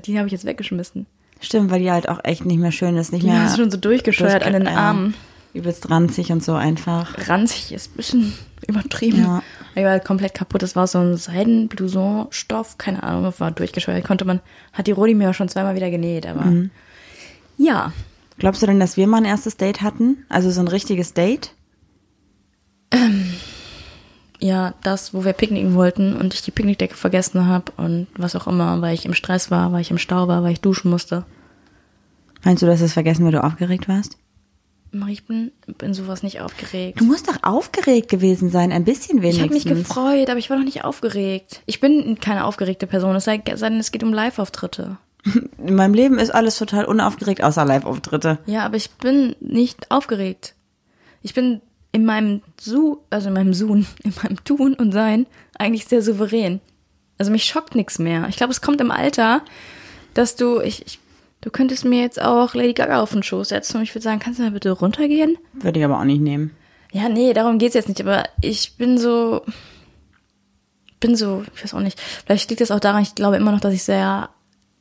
die habe ich jetzt weggeschmissen. Stimmt, weil die halt auch echt nicht mehr schön ist. Nicht Die mehr hast du schon so durchgescheuert an den Ja. Armen. Übelst ranzig und so einfach. Ranzig ist ein bisschen übertrieben. Ja. Die war halt komplett kaputt. Das war so ein Seidenblouson-Stoff, keine Ahnung, war durchgescheuert. Konnte man, hat die Rodi mir auch schon zweimal wieder genäht, aber ja. Glaubst du denn, dass wir mal ein erstes Date hatten? Also so ein richtiges Date? Ja, das, wo wir picknicken wollten und ich die Picknickdecke vergessen habe und was auch immer, weil ich im Stress war, weil ich im Stau war, weil ich duschen musste. Meinst du, dass es vergessen, weil du aufgeregt warst? Marie, ich bin, bin sowas nicht aufgeregt. Du musst doch aufgeregt gewesen sein, ein bisschen Ich wenigstens. habe mich gefreut, aber ich war noch nicht aufgeregt. Ich bin keine aufgeregte Person, es sei sei denn, es geht um Live-Auftritte. In meinem Leben ist alles total unaufgeregt, außer Live-Auftritte. Ja, aber ich bin nicht aufgeregt. Ich bin in meinem Su, also in meinem Sun, in meinem Tun und Sein eigentlich sehr souverän. Also mich schockt nichts mehr. Ich glaube, es kommt im Alter, dass du, ich, ich, du könntest mir jetzt auch Lady Gaga auf den Schoß setzen und ich würde sagen, kannst du mal bitte runtergehen? Würde ich aber auch nicht nehmen. Ja, nee, darum geht's jetzt nicht, aber ich bin so, bin so, ich weiß auch nicht. Vielleicht liegt das auch daran, ich glaube immer noch, dass ich sehr,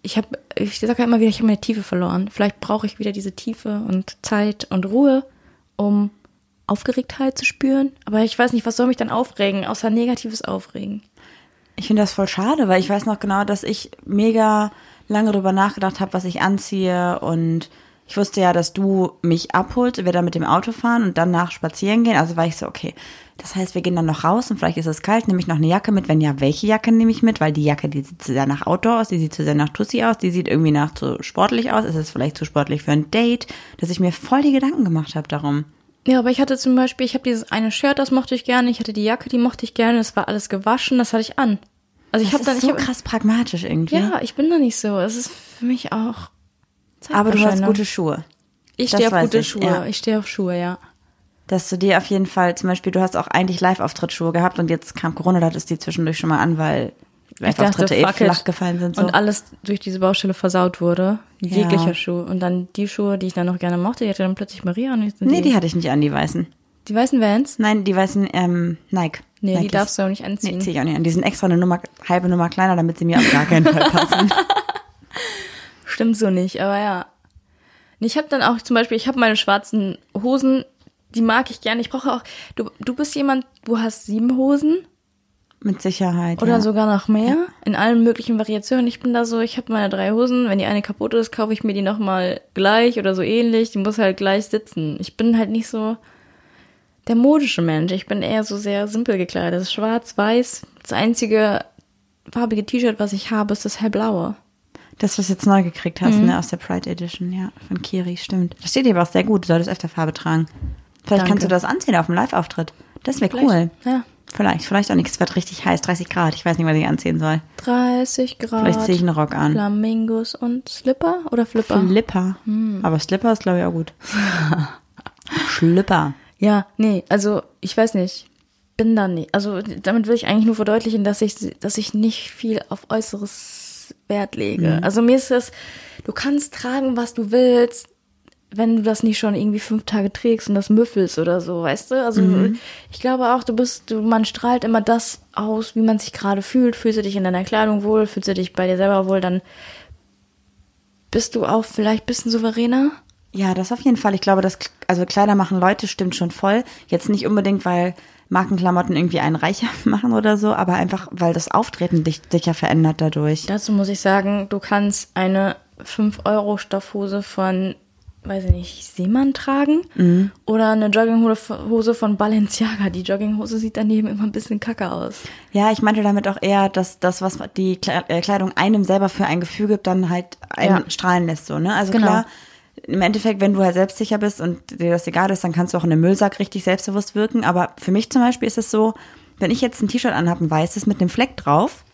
ich habe, ich sage ja immer wieder, ich habe meine Tiefe verloren. Vielleicht brauche ich wieder diese Tiefe und Zeit und Ruhe, um Aufgeregtheit zu spüren. Aber ich weiß nicht, was soll mich dann aufregen, außer negatives Aufregen. Ich finde das voll schade, weil ich weiß noch genau, dass ich mega lange darüber nachgedacht habe, was ich anziehe und ich wusste ja, dass du mich abholst, wir dann mit dem Auto fahren und danach spazieren gehen. Also war ich so, okay, das heißt, wir gehen dann noch raus und vielleicht ist es kalt, nehme ich noch eine Jacke mit. Wenn ja, welche Jacke nehme ich mit? Weil die Jacke, die sieht zu sehr nach Outdoor aus, die sieht zu sehr nach Tussi aus, die sieht irgendwie nach zu sportlich aus. Ist es vielleicht zu sportlich für ein Date? Dass ich mir voll die Gedanken gemacht habe darum. Ja, aber ich hatte zum Beispiel, ich habe dieses eine Shirt, das mochte ich gerne, ich hatte die Jacke, die mochte ich gerne, das war alles gewaschen, das hatte ich an. Also ich Das habe ist dann, so ich hab, krass pragmatisch irgendwie. ja, ich bin da nicht so. Es ist für mich auch. aber du hast Zeitverschwendung. gute Schuhe. Ich Das stehe auf weiß gute ich, Schuhe. ja. Ich stehe auf Schuhe, ja. dass du dir auf jeden Fall, zum Beispiel, du hast auch eigentlich Live-Auftrittsschuhe gehabt und jetzt kam Corona, da hattest du die zwischendurch schon mal an, weil Live-Auftritte eh fuck it. flach gefallen sind. So. Und alles durch diese Baustelle versaut wurde. Ja. Jeglicher Schuh. Und dann die Schuhe, die ich dann noch gerne mochte, die hatte dann plötzlich Maria und ich nee, die hatte ich nicht an, die weißen. die weißen Vans? Nein, die weißen ähm, Nike. Nee, die Nikes. darfst du auch nicht anziehen. Nee, zieh ich auch nicht an. Die sind extra eine Nummer, halbe Nummer kleiner, damit sie mir auf gar keinen Fall passen. Stimmt so nicht, aber ja. Und ich habe dann auch zum Beispiel, ich habe meine schwarzen Hosen, die mag ich gerne. Ich brauche auch, du, du bist jemand, du hast sieben Hosen Mit Sicherheit. oder ja. sogar noch mehr in allen möglichen Variationen. Ich bin da so, ich habe meine drei Hosen. Wenn die eine kaputt ist, kaufe ich mir die nochmal gleich oder so ähnlich. Die muss halt gleich sitzen. Ich bin halt nicht so der modische Mensch. Ich bin eher so sehr simpel gekleidet. Schwarz, weiß. Das einzige farbige T-Shirt, was ich habe, ist das hellblaue. Das, was du jetzt neu gekriegt hast, Mhm. ne, aus der Pride Edition, ja, von Kiri, stimmt. Das steht dir aber auch sehr gut. Du solltest öfter Farbe tragen. Vielleicht Danke. kannst du das anziehen auf dem Live-Auftritt. Das wäre cool. Ja. Vielleicht, vielleicht auch nicht. Es wird richtig heiß, 30 Grad. Ich weiß nicht, was ich anziehen soll. 30 Grad. Vielleicht ziehe ich einen Rock an. Hm. Flamingos und Slipper oder Flipper? Flipper. Aber Slipper ist, glaube ich, auch gut. Schlipper. ja, nee, also ich weiß nicht. Bin da nicht. Also damit will ich eigentlich nur verdeutlichen, dass ich, dass ich nicht viel auf Äußeres Wert lege. Also mir ist das, du kannst tragen, was du willst, wenn du das nicht schon irgendwie fünf Tage trägst und das müffelst oder so, weißt du? Also ich glaube auch, du bist, du, man strahlt immer das aus, wie man sich gerade fühlt. Fühlst du dich in deiner Kleidung wohl, fühlst du dich bei dir selber wohl, dann bist du auch vielleicht ein bisschen souveräner. Ja, das auf jeden Fall. Ich glaube, das, also Kleider machen Leute stimmt schon voll. Jetzt nicht unbedingt, weil Markenklamotten irgendwie einen reicher machen oder so, aber einfach, weil das Auftreten dich, dich ja verändert dadurch. Dazu muss ich sagen, du kannst eine 5-Euro-Stoffhose von, weiß ich nicht, Seemann tragen oder eine Jogginghose von Balenciaga. Die Jogginghose sieht daneben immer ein bisschen kacke aus. Ja, ich meinte damit auch eher, dass das, was die Kle- äh, Kleidung einem selber für ein Gefühl gibt, dann halt einen Ja. strahlen lässt, so, ne? Also Genau. klar, im Endeffekt, wenn du halt selbstsicher bist und dir das egal ist, dann kannst du auch in einem Müllsack richtig selbstbewusst wirken. Aber für mich zum Beispiel ist es so, wenn ich jetzt ein T-Shirt anhabe, ein weißes mit einem Fleck drauf,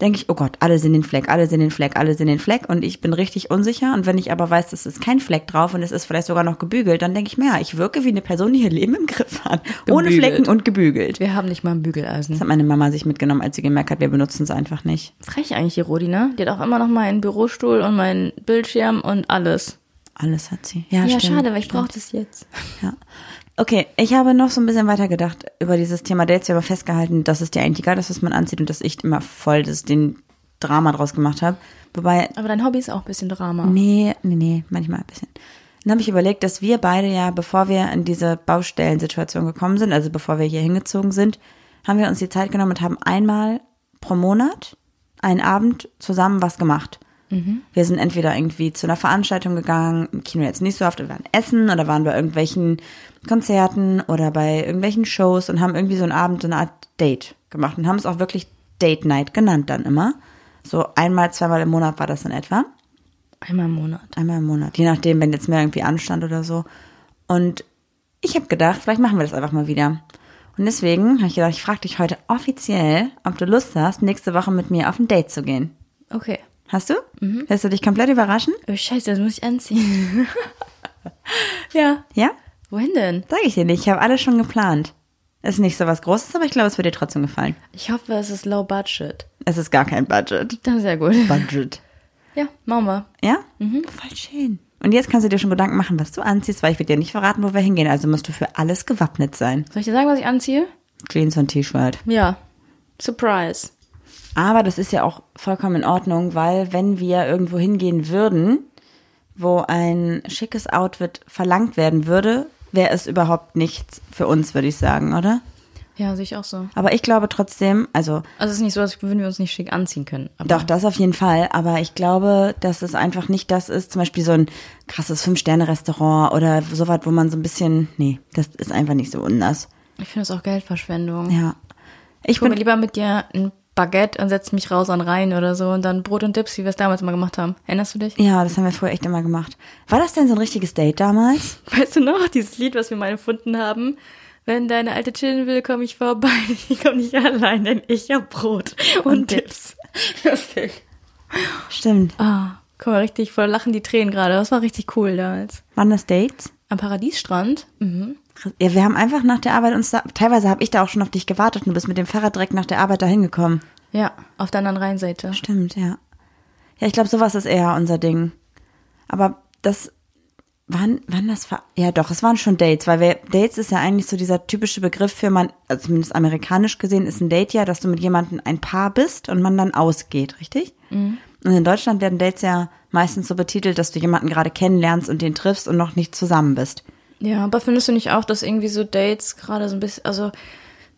denke ich, oh Gott, alle sehen den Fleck, alle sehen den Fleck, alle sehen den Fleck und ich bin richtig unsicher. Und wenn ich aber weiß, es ist kein Fleck drauf und es ist vielleicht sogar noch gebügelt, dann denke ich mir, ja, ich wirke wie eine Person, die ihr Leben im Griff hat. Ohne Gebügelt. Flecken und gebügelt. Wir haben nicht mal ein Bügeleisen. Das hat meine Mama sich mitgenommen, als sie gemerkt hat, wir benutzen es einfach nicht. Frech eigentlich, die Rodi, ne? Die hat auch immer noch meinen Bürostuhl und meinen Bildschirm und alles. Alles hat sie. Ja, ja, stimmt, schade, weil ich stimmt. brauche das jetzt. Ja. Okay, ich habe noch so ein bisschen weitergedacht über dieses Thema Dates. Wir haben festgehalten, dass es dir eigentlich egal ist, was man anzieht und dass ich immer voll das, den Drama draus gemacht habe. Wobei, Aber dein Hobby ist auch ein bisschen Drama. nee, nee, nee, manchmal ein bisschen. Dann habe ich überlegt, dass wir beide ja, bevor wir in diese Baustellensituation gekommen sind, also bevor wir hier hingezogen sind, haben wir uns die Zeit genommen und haben einmal pro Monat einen Abend zusammen was gemacht. Wir sind entweder irgendwie zu einer Veranstaltung gegangen, im Kino jetzt nicht so oft, wir waren essen oder waren bei irgendwelchen Konzerten oder bei irgendwelchen Shows und haben irgendwie so einen Abend, so eine Art Date gemacht und haben es auch wirklich Date Night genannt dann immer. So einmal, zweimal im Monat war das in etwa. Einmal im Monat. Einmal im Monat, je nachdem, wenn jetzt mehr irgendwie anstand oder so. Und ich habe gedacht, vielleicht machen wir das einfach mal wieder. Und deswegen habe ich gedacht, ich frage dich heute offiziell, ob du Lust hast, nächste Woche mit mir auf ein Date zu gehen. Okay. Hast du? Lässt du dich komplett überraschen? Oh, scheiße, das muss ich anziehen. ja. Ja? Wohin denn? Sag ich dir nicht, ich habe alles schon geplant. Ist nicht so was Großes, aber ich glaube, es wird dir trotzdem gefallen. Ich hoffe, es ist low budget. Es ist gar kein Budget. Dann sehr gut. Budget. Ja, machen wir. Ja? Voll schön. Und jetzt kannst du dir schon Gedanken machen, was du anziehst, weil ich werde dir nicht verraten, wo wir hingehen. Also musst du für alles gewappnet sein. Soll ich dir sagen, was ich anziehe? Jeans und T-Shirt. Ja. Surprise. Aber das ist ja auch vollkommen in Ordnung, weil wenn wir irgendwo hingehen würden, wo ein schickes Outfit verlangt werden würde, wäre es überhaupt nichts für uns, würde ich sagen, oder? Ja, sehe ich auch so. Aber ich glaube trotzdem, also Also es ist nicht so, als würden wir uns nicht schick anziehen können. Aber Doch, das auf jeden Fall. Aber ich glaube, dass es einfach nicht das ist, zum Beispiel so ein krasses Fünf-Sterne-Restaurant oder sowas, wo man so ein bisschen, nee, das ist einfach nicht so anders. Ich finde es auch Geldverschwendung. Ja. Ich Ich hole mir bin, lieber mit dir ein Baguette und setze mich raus an Rhein oder so und dann Brot und Dips, wie wir es damals mal gemacht haben. Erinnerst du dich? ja, das haben wir früher echt immer gemacht. War das denn so ein richtiges Date damals? Weißt du noch, dieses Lied, was wir mal erfunden haben? Wenn deine Alte chillen will, komme ich vorbei. Ich komme nicht allein, denn ich hab Brot und, Dips. Lustig. Stimmt. Ah, komm mal richtig voll lachen die Tränen gerade. Das war richtig cool damals. Waren das Dates? Am Paradiesstrand? Mhm. Ja, wir haben einfach nach der Arbeit uns da, teilweise habe ich da auch schon auf dich gewartet und du bist mit dem Fahrrad direkt nach der Arbeit da hingekommen. Ja, auf der anderen Rheinseite. Stimmt, ja. Ja, ich glaube, sowas ist eher unser Ding. Aber das waren, waren das, Ver- ja doch, es waren schon Dates, weil wir, Dates ist ja eigentlich so dieser typische Begriff für man, also zumindest amerikanisch gesehen, ist ein Date ja, dass du mit jemandem ein Paar bist und man dann ausgeht, richtig? Und in Deutschland werden Dates ja meistens so betitelt, dass du jemanden gerade kennenlernst und den triffst und noch nicht zusammen bist. Ja, aber findest du nicht auch, dass irgendwie so Dates gerade so ein bisschen, also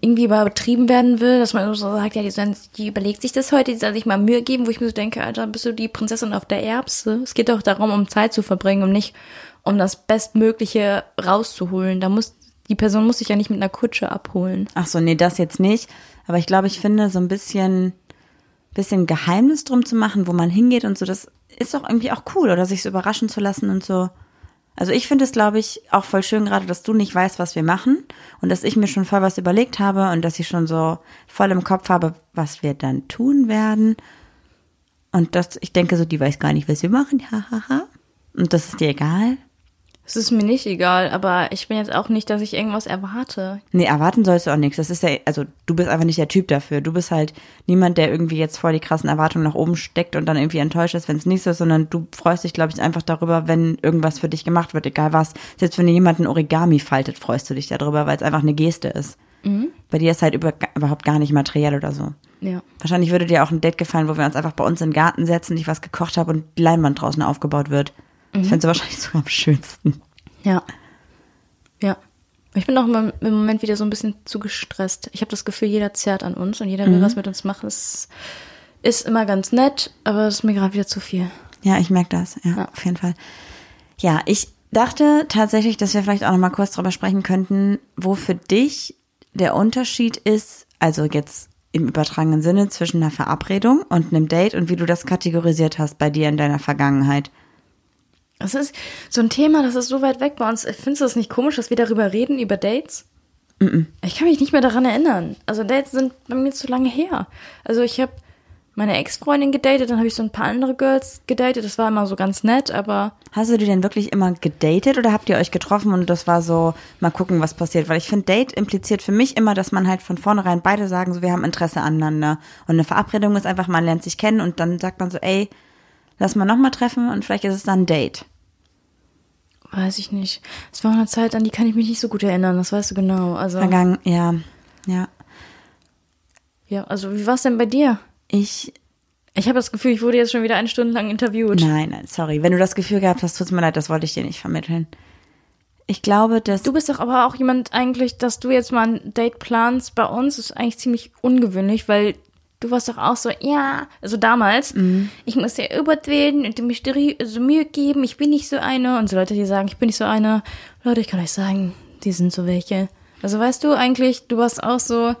irgendwie übertrieben werden will, dass man so sagt, ja, die, sollen, die überlegt sich das heute, die soll sich mal Mühe geben, wo ich mir so denke, Alter, bist du die Prinzessin auf der Erbse? Es geht doch darum, um Zeit zu verbringen und nicht um das Bestmögliche rauszuholen. Da muss, die Person muss sich ja nicht mit einer Kutsche abholen. Ach so, nee, das jetzt nicht. Aber ich glaube, ich finde so ein bisschen, bisschen Geheimnis drum zu machen, wo man hingeht und so, das ist doch irgendwie auch cool oder sich so überraschen zu lassen und so. Also ich finde es, glaube ich, auch voll schön gerade, dass du nicht weißt, was wir machen und dass ich mir schon voll was überlegt habe und dass ich schon so voll im Kopf habe, was wir dann tun werden. Und dass ich denke so, die weiß gar nicht, was wir machen, hahaha. und das ist dir egal. Es ist mir nicht egal, aber ich bin jetzt auch nicht, dass ich irgendwas erwarte. Nee, erwarten sollst du auch nichts. Das ist ja, also du bist einfach nicht der Typ dafür. Du bist halt niemand, der irgendwie jetzt voll die krassen Erwartungen nach oben steckt und dann irgendwie enttäuscht ist, wenn es nicht so ist, sondern du freust dich, glaube ich, einfach darüber, wenn irgendwas für dich gemacht wird, egal was. Selbst wenn dir jemand ein Origami faltet, freust du dich darüber, weil es einfach eine Geste ist. Bei dir ist halt über, überhaupt gar nicht materiell oder so. Ja. Wahrscheinlich würde dir auch ein Date gefallen, wo wir uns einfach bei uns im Garten setzen, ich was gekocht habe und die Leinwand draußen aufgebaut wird. Das fändest du wahrscheinlich sogar am schönsten. Ja. Ja. Ich bin auch im, im Moment wieder so ein bisschen zu gestresst. Ich habe das Gefühl, jeder zerrt an uns und jeder will was mit uns machen. Es ist immer ganz nett, aber es ist mir gerade wieder zu viel. Ja, ich merke das. Ja, Ja. auf jeden Fall. Ja, ich dachte tatsächlich, dass wir vielleicht auch noch mal kurz drüber sprechen könnten, wo für dich der Unterschied ist, also jetzt im übertragenen Sinne zwischen einer Verabredung und einem Date und wie du das kategorisiert hast bei dir in deiner Vergangenheit. Es ist so ein Thema, das ist so weit weg bei uns. Findest du das nicht komisch, dass wir darüber reden, über Dates? Ich kann mich nicht mehr daran erinnern. Also Dates sind bei mir zu lange her. Also ich habe meine Ex-Freundin gedatet, dann habe ich so ein paar andere Girls gedatet. Das war immer so ganz nett, aber Hast du die denn wirklich immer gedatet oder habt ihr euch getroffen und das war so, mal gucken, was passiert? Weil ich finde, Date impliziert für mich immer, dass man halt von vornherein beide sagen, so wir haben Interesse aneinander. Und eine Verabredung ist einfach, man lernt sich kennen und dann sagt man so, ey, lass mal nochmal treffen und vielleicht ist es dann ein Date. weiß ich nicht. Es war auch eine Zeit, an die kann ich mich nicht so gut erinnern. Das weißt du genau. Also Vergangen, ja, ja. ja, also wie war es denn bei dir? Ich, Ich habe das Gefühl, ich wurde jetzt schon wieder eine Stunde lang interviewt. nein, nein, sorry. Wenn du das Gefühl gehabt hast, tut's mir leid, das wollte ich dir nicht vermitteln. Ich glaube, dass, Du bist doch aber auch jemand eigentlich, dass du jetzt mal ein Date planst bei uns, ist eigentlich ziemlich ungewöhnlich, weil du warst doch auch so, ja, also damals, ich muss ja erobert werden und mich so Mühe geben, ich bin nicht so eine. Und so Leute, die sagen, ich bin nicht so eine. Leute, ich kann euch sagen, die sind so welche. Also weißt du eigentlich, du warst auch so,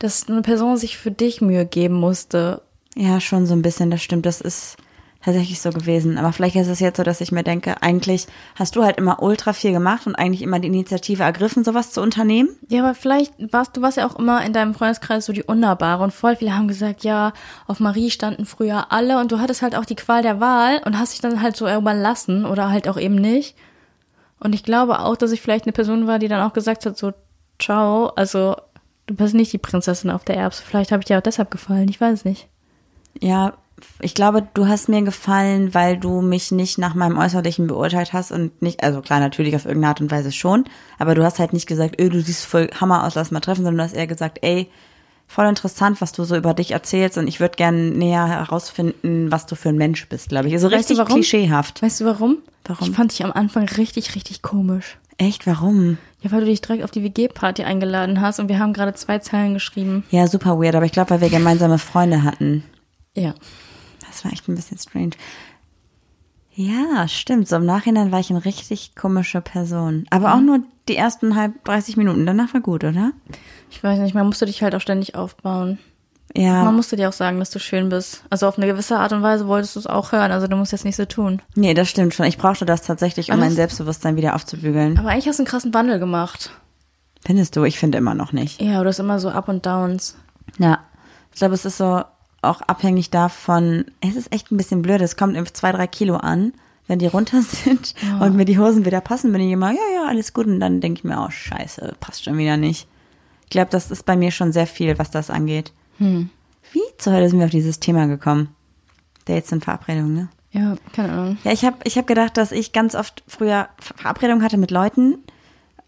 dass eine Person sich für dich Mühe geben musste. ja, schon so ein bisschen, das stimmt, das ist tatsächlich so gewesen. Aber vielleicht ist es jetzt so, dass ich mir denke, eigentlich hast du halt immer ultra viel gemacht und eigentlich immer die Initiative ergriffen, sowas zu unternehmen. Ja, aber vielleicht warst du warst ja auch immer in deinem Freundeskreis so die Unnahbare und voll viele haben gesagt, ja, auf Marie standen früher alle und du hattest halt auch die Qual der Wahl und hast dich dann halt so überlassen oder halt auch eben nicht. Und ich glaube auch, dass ich vielleicht eine Person war, die dann auch gesagt hat, so, ciao, also du bist nicht die Prinzessin auf der Erbse. Vielleicht habe ich dir auch deshalb gefallen, ich weiß nicht. Ja, ich glaube, du hast mir gefallen, weil du mich nicht nach meinem Äußerlichen beurteilt hast und nicht, also klar, natürlich auf irgendeine Art und Weise schon, aber du hast halt nicht gesagt, ey, du siehst voll Hammer aus, lass mal treffen, sondern du hast eher gesagt, ey, voll interessant, was du so über dich erzählst und ich würde gerne näher herausfinden, was du für ein Mensch bist, glaube ich. Also Weißt du richtig warum? klischeehaft. Weißt du warum? Warum? Ich fand dich am Anfang richtig, richtig komisch. Echt, warum? Ja, weil du dich direkt auf die WG-Party eingeladen hast und wir haben gerade zwei Zeilen geschrieben. Ja, super weird, aber ich glaube, weil wir gemeinsame Freunde hatten. Ja. Das war echt ein bisschen strange. Ja, stimmt. So im Nachhinein war ich eine richtig komische Person. Aber auch nur die ersten halb 30 Minuten. Danach war gut, oder? Ich weiß nicht, man musste dich halt auch ständig aufbauen. Ja. Man musste dir auch sagen, dass du schön bist. Also auf eine gewisse Art und Weise wolltest du es auch hören. Also du musst jetzt nicht so tun. nee, das stimmt schon. Ich brauchte das tatsächlich, um Aber mein das- Selbstbewusstsein wieder aufzubügeln. Aber eigentlich hast du einen krassen Wandel gemacht. Findest du? Ich finde immer noch nicht. Ja, du hast immer so Up und Downs. Ja. Ich glaube, es ist so auch abhängig davon. Es ist echt ein bisschen blöd. Es kommt im 2-3 Kilo an. wenn die runter sind und mir die Hosen wieder passen, bin ich immer, ja, ja, alles gut. Und dann denke ich mir, oh, scheiße, passt schon wieder nicht. Ich glaube, das ist bei mir schon sehr viel, was das angeht. Wie zur Hölle sind wir auf dieses Thema gekommen? Dates und Verabredungen, ne? Ja, keine Ahnung. Ja, ich habe ich hab gedacht, dass ich ganz oft früher Ver- Verabredungen hatte mit Leuten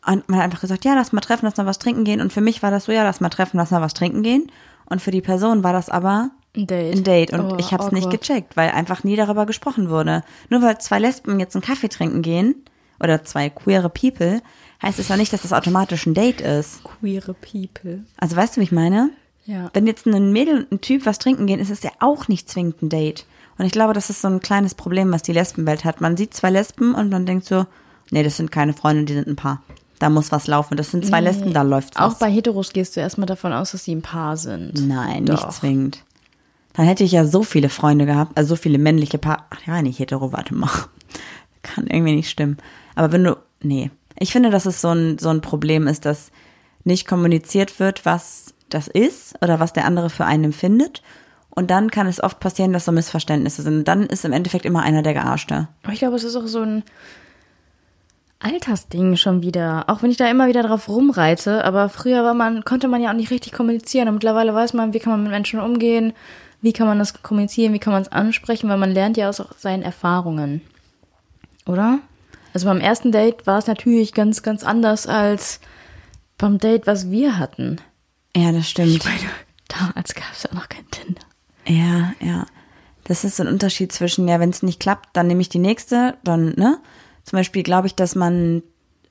und man hat einfach gesagt, ja, lass mal treffen, lass mal was trinken gehen. Und für mich war das so, ja, lass mal treffen, lass mal was trinken gehen. Und für die Person war das aber Ein Date. ein Date. Und Oh, ich habe es nicht awkward. gecheckt, weil einfach nie darüber gesprochen wurde. Nur weil zwei Lesben jetzt einen Kaffee trinken gehen oder zwei queere People, heißt es ja nicht, dass das automatisch ein Date ist. Queere People. Also weißt du, wie ich meine? Ja. Wenn jetzt ein Mädel und ein Typ was trinken gehen, ist es ja auch nicht zwingend ein Date. Und ich glaube, das ist so ein kleines Problem, was die Lesbenwelt hat. Man sieht zwei Lesben und man denkt so, nee, das sind keine Freunde, die sind ein Paar. Da muss was laufen. Das sind zwei Lesben, da läuft was. Auch bei Heteros gehst du erstmal davon aus, dass die ein Paar sind. Nein, Doch. nicht zwingend. Dann hätte ich ja so viele Freunde gehabt, also so viele männliche Paar. Ach, ja, nicht hetero, warte mal. Kann irgendwie nicht stimmen. Aber wenn du, nee. Ich finde, dass es so ein, so ein Problem ist, dass nicht kommuniziert wird, was das ist oder was der andere für einen empfindet. Und dann kann es oft passieren, dass so Missverständnisse sind. Und dann ist im Endeffekt immer einer der Gearschte. Aber ich glaube, es ist auch so ein Altersding schon wieder. Auch wenn ich da immer wieder drauf rumreite, aber früher war man, konnte man ja auch nicht richtig kommunizieren und mittlerweile weiß man, wie kann man mit Menschen umgehen, wie kann man das kommunizieren, wie kann man es ansprechen, weil man lernt ja aus auch seinen Erfahrungen. Oder? Also beim ersten Date war es natürlich ganz, ganz anders als beim Date, was wir hatten. Ja, das stimmt. Ich meine, damals gab es ja noch kein Tinder. Ja, ja. Das ist so ein Unterschied zwischen, ja, wenn es nicht klappt, dann nehme ich die nächste, dann, ne? Zum Beispiel glaube ich, dass man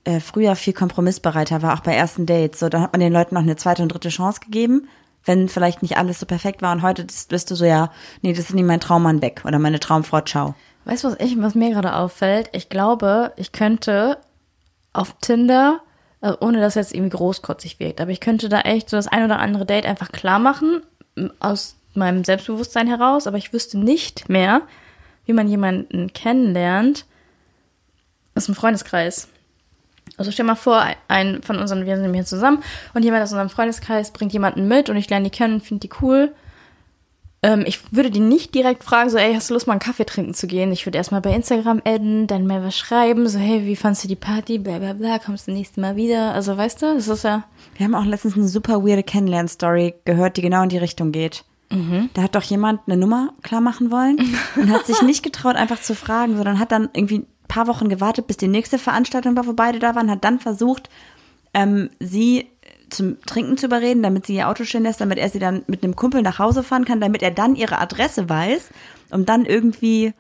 äh, früher viel kompromissbereiter war, auch bei ersten Dates. So, dann hat man den Leuten noch eine zweite und dritte Chance gegeben, wenn vielleicht nicht alles so perfekt war. Und heute bist bist du so, ja, nee, das ist nicht mein Traummann weg oder meine Traumfrau, ciao. Weißt du, was, ich, was mir gerade auffällt? Ich glaube, ich könnte auf Tinder, äh, ohne dass jetzt irgendwie großkotzig wirkt, aber ich könnte da echt so das ein oder andere Date einfach klar machen, m, aus meinem Selbstbewusstsein heraus, aber ich wüsste nicht mehr, wie man jemanden kennenlernt aus dem Freundeskreis. Also stell mal vor, ein von unseren, wir sind hier zusammen und jemand aus unserem Freundeskreis bringt jemanden mit und ich lerne die kennen und finde die cool. Ähm, ich würde die nicht direkt fragen, so, ey, hast du Lust, mal einen Kaffee trinken zu gehen? Ich würde erstmal bei Instagram adden, dann mal was schreiben, so, hey, wie fandst du die Party, bla bla bla, kommst du nächstes Mal wieder? Also, weißt du, das ist ja, Wir haben auch letztens eine super weirde Kennenlern-Story gehört, die genau in die Richtung geht. Da hat doch jemand eine Nummer klar machen wollen und hat sich nicht getraut, einfach zu fragen, sondern hat dann irgendwie ein paar Wochen gewartet, bis die nächste Veranstaltung war, wo beide da waren, hat dann versucht, ähm, sie zum Trinken zu überreden, damit sie ihr Auto stehen lässt, damit er sie dann mit einem Kumpel nach Hause fahren kann, damit er dann ihre Adresse weiß, um dann irgendwie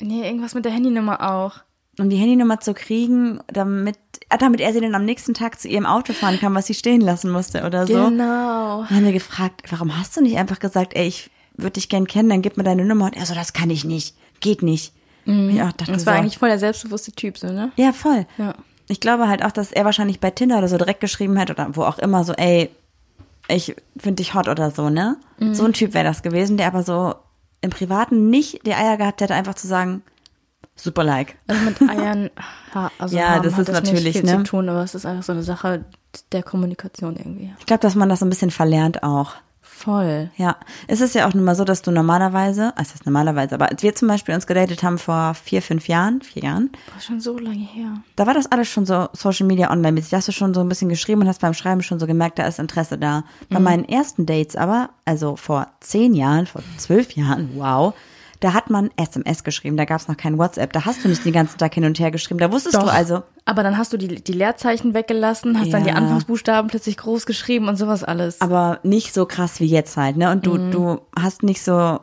nee, irgendwas mit der Handynummer auch. um die Handynummer zu kriegen, damit, ah, damit er sie dann am nächsten Tag zu ihrem Auto fahren kann, was sie stehen lassen musste oder so. Genau. Und haben wir gefragt, warum hast du nicht einfach gesagt, ey, ich würde dich gern kennen, dann gib mir deine Nummer. Und er so, das kann ich nicht, geht nicht. Und Ich auch dachte Mhm. Das so, war eigentlich voll der selbstbewusste Typ, so, ne? ja, voll. Ja. Ich glaube halt auch, dass er wahrscheinlich bei Tinder oder so direkt geschrieben hat oder wo auch immer so, ey, ich finde dich hot oder so, ne? Mhm. So ein Typ wäre das gewesen, der aber so im Privaten nicht die Eier gehabt hätte, einfach zu sagen, super like. Also mit Eiern, ha, also Ja, haben das hat ist das natürlich, nicht viel ne? zu tun, aber es ist einfach so eine Sache der Kommunikation irgendwie. Ich glaube, dass man das so ein bisschen verlernt auch. Voll. Ja, es ist ja auch nun mal so, dass du normalerweise, also das normalerweise, aber als wir zum Beispiel uns gedatet haben vor vier, fünf Jahren, vier Jahren, War schon so lange her. da war das alles schon so Social Media online mäßig. Da hast du schon so ein bisschen geschrieben und hast beim Schreiben schon so gemerkt, da ist Interesse da. Bei Mhm. meinen ersten Dates aber, also vor zehn Jahren, vor zwölf Jahren, wow, da hat man SMS geschrieben, da gab es noch kein WhatsApp, da hast du nicht den ganzen Tag hin und her geschrieben, da wusstest du also, Aber dann hast du die, die Leerzeichen weggelassen, hast dann die Ja. Anfangsbuchstaben plötzlich groß geschrieben und sowas alles. aber nicht so krass wie jetzt halt, ne? Und du, Mhm. du hast nicht so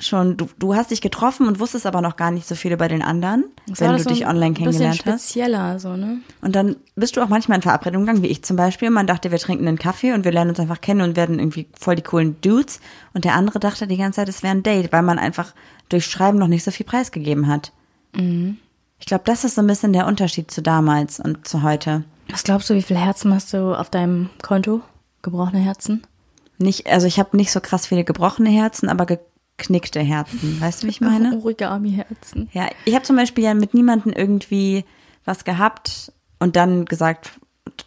schon, du, du hast dich getroffen und wusstest aber noch gar nicht so viel über den anderen, Das war wenn du das so dich ein online kennengelernt bisschen hast. spezieller, so, ne? Und dann bist du auch manchmal in Verabredungen gegangen, wie ich zum Beispiel. Man dachte, wir trinken einen Kaffee und wir lernen uns einfach kennen und werden irgendwie voll die coolen Dudes. Und der andere dachte die ganze Zeit, es wäre ein Date, weil man einfach durch Schreiben noch nicht so viel preisgegeben hat. Ich glaube, das ist so ein bisschen der Unterschied zu damals und zu heute. Was glaubst du, wie viele Herzen hast du auf deinem Konto? Gebrochene Herzen? Nicht, also ich habe nicht so krass viele gebrochene Herzen, aber geknickte Herzen. Weißt du, wie ich meine? Origami-Herzen. Ja, ich habe zum Beispiel ja mit niemandem irgendwie was gehabt und dann gesagt,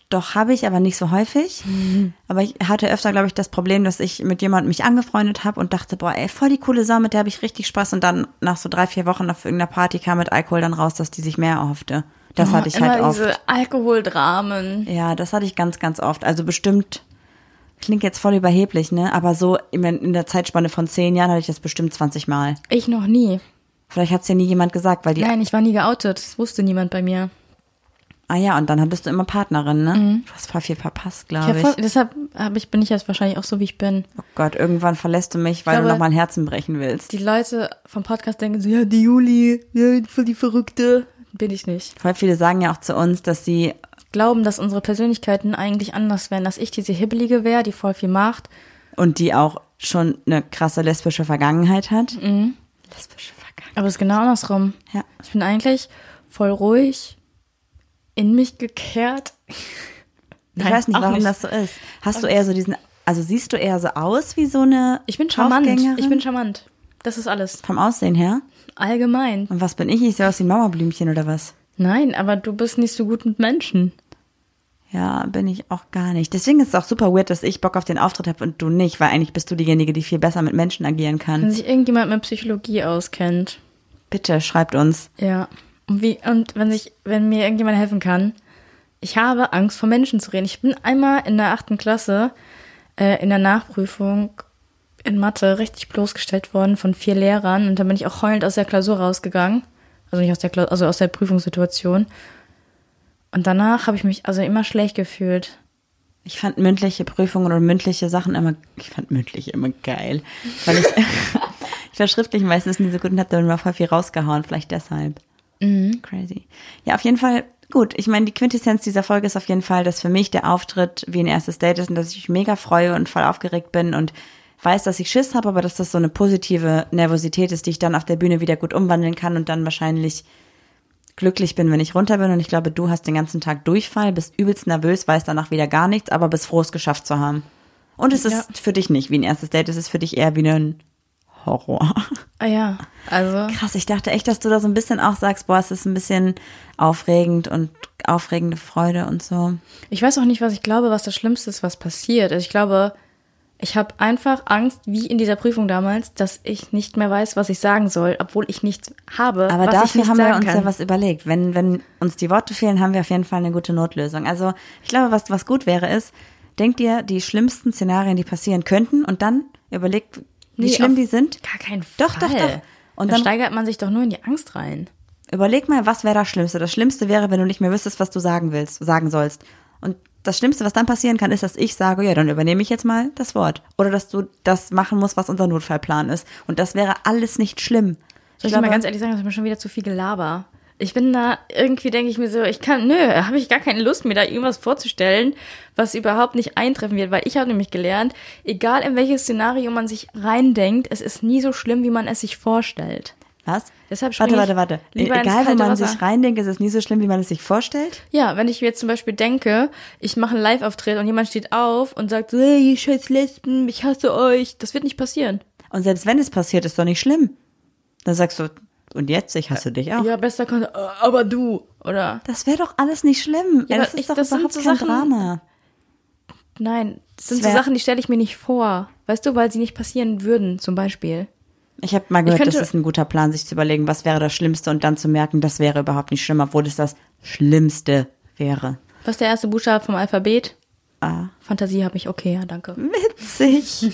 Doch, habe ich, aber nicht so häufig. Mhm. Aber ich hatte öfter, glaube ich, das Problem, dass ich mit jemandem mich angefreundet habe und dachte, boah, ey, voll die coole Sau, mit der habe ich richtig Spaß. Und dann nach so drei, vier Wochen auf irgendeiner Party kam mit Alkohol dann raus, dass die sich mehr erhoffte. Das hatte ich immer halt oft. diese Alkoholdramen. Ja, das hatte ich ganz, ganz oft. Also bestimmt, klingt jetzt voll überheblich, ne? Aber so in, in der Zeitspanne von zehn Jahren hatte ich das bestimmt 20 Mal. Ich noch nie. Vielleicht hat's ja nie jemand gesagt, weil die. Nein, ich war nie geoutet. Das wusste niemand bei mir. Ah ja, und dann bist du immer Partnerin, ne? Du hast voll viel verpasst, Mhm. Ich hab glaube ich. voll, deshalb hab ich, bin ich jetzt wahrscheinlich auch so, wie ich bin. Oh Gott, irgendwann verlässt du mich, weil du glaube- noch mal ein Herzen brechen willst. Die Leute vom Podcast denken so, ja, die Juli, ja, voll die Verrückte. Bin ich nicht. Voll viele sagen ja auch zu uns, dass sie Glauben, dass unsere Persönlichkeiten eigentlich anders wären. Dass ich diese Hibbelige wäre, die voll viel macht. und die auch schon eine krasse lesbische Vergangenheit hat. Mhm. Lesbische Vergangenheit. Aber es ist genau andersrum. Ja. Ich bin eigentlich voll ruhig, in mich gekehrt. Ich Nein, weiß nicht, auch warum nicht. das so ist. Hast du eher so diesen, also siehst du eher so aus wie so eine Ich bin charmant. Draufgängerin? Ich bin charmant. Das ist alles. vom Aussehen her. Allgemein. Und was bin ich? Ich sehe aus wie ein Mauerblümchen oder was? Nein, aber du bist nicht so gut mit Menschen. Ja, bin ich auch gar nicht. Deswegen ist es auch super weird, dass ich Bock auf den Auftritt habe und du nicht, weil eigentlich bist du diejenige, die viel besser mit Menschen agieren Wenn kann. sich irgendjemand mit Psychologie auskennt. Bitte schreibt uns. Ja. Und wie, und wenn sich, wenn mir irgendjemand helfen kann, ich habe Angst vor Menschen zu reden. Ich bin einmal in der achten Klasse äh, in der Nachprüfung in Mathe richtig bloßgestellt worden von vier Lehrern und dann bin ich auch heulend aus der Klausur rausgegangen. Also nicht aus der Kla also aus der Prüfungssituation. Und danach habe ich mich also immer schlecht gefühlt. Ich fand mündliche Prüfungen und mündliche Sachen immer, ich fand mündliche immer geil, weil ich, ich war schriftlich meistens nie so gut und hab dann immer voll viel rausgehauen, vielleicht deshalb. Crazy. Ja, auf jeden Fall gut. Ich meine, die Quintessenz dieser Folge ist auf jeden Fall, dass für mich der Auftritt wie ein erstes Date ist und dass ich mich mega freue und voll aufgeregt bin und weiß, dass ich Schiss habe, aber dass das so eine positive Nervosität ist, die ich dann auf der Bühne wieder gut umwandeln kann und dann wahrscheinlich glücklich bin, wenn ich runter bin. Und ich glaube, du hast den ganzen Tag Durchfall, bist übelst nervös, weißt danach wieder gar nichts, aber bist froh, es geschafft zu haben. Und es ist für dich nicht wie ein erstes Date, es ist für dich eher wie ein Horror. Ah ja, also Krass, ich dachte echt, dass du da so ein bisschen auch sagst, boah, es ist ein bisschen aufregend und aufregende Freude und so. ich weiß auch nicht, was ich glaube, was das Schlimmste ist, was passiert. Also ich glaube, ich habe einfach Angst, wie in dieser Prüfung damals, dass ich nicht mehr weiß, was ich sagen soll, obwohl ich nichts habe. Aber was ich dafür nicht haben sagen wir uns kann. ja was überlegt. Wenn, wenn uns die Worte fehlen, haben wir auf jeden Fall eine gute Notlösung. Also ich glaube, was, was gut wäre, ist, denkt ihr die schlimmsten Szenarien, die passieren könnten und dann überlegt, wie Nee, schlimm auf die sind. Gar kein Fall. Doch, doch, doch. Und Und dann dann- steigert man sich doch nur in die Angst rein. Überleg mal, was wäre das Schlimmste? Das Schlimmste wäre, wenn du nicht mehr wüsstest, was du sagen willst, sagen sollst. Und das Schlimmste, was dann passieren kann, ist, dass ich sage, ja, dann übernehme ich jetzt mal das Wort. Oder dass du das machen musst, was unser Notfallplan ist. Und das wäre alles nicht schlimm. Soll ich, dir mal ganz e- ehrlich sagen, das ist mir schon wieder zu viel Gelaber. Ich bin da, irgendwie denke ich mir so, ich kann, nö, habe ich gar keine Lust, mir da irgendwas vorzustellen, was überhaupt nicht eintreffen wird, weil ich habe nämlich gelernt, egal in welches Szenario man sich reindenkt, es ist nie so schlimm, wie man es sich vorstellt. was? Deshalb spring warte, warte, ich warte. lieber ins Egal, wo kalte man Wasser. sich reindenkt, ist es nie so schlimm, wie man es sich vorstellt. Ja, wenn ich mir jetzt zum Beispiel denke, ich mache einen Live-Auftritt und jemand steht auf und sagt, hey, ihr scheiß Lesben, ich hasse euch, das wird nicht passieren. Und selbst wenn es passiert, ist doch nicht schlimm. Dann sagst du, und jetzt, ich hasse dich auch. Ja, besser kann, aber du, oder? Das wäre doch alles nicht schlimm. Ja, Ey, aber das ist ich- doch das sind überhaupt so kein Sachen- Drama. Nein, das sind Es so wär- Sachen, die stelle ich mir nicht vor. Weißt du, weil sie nicht passieren würden, zum Beispiel. Ich habe mal gehört, könnte- das ist ein guter Plan, sich zu überlegen, was wäre das Schlimmste und dann zu merken, das wäre überhaupt nicht schlimm, obwohl es das Schlimmste wäre. Was ist der erste Buchstabe vom Alphabet? Ah, Fantasie habe ich. Okay, ja, danke. witzig.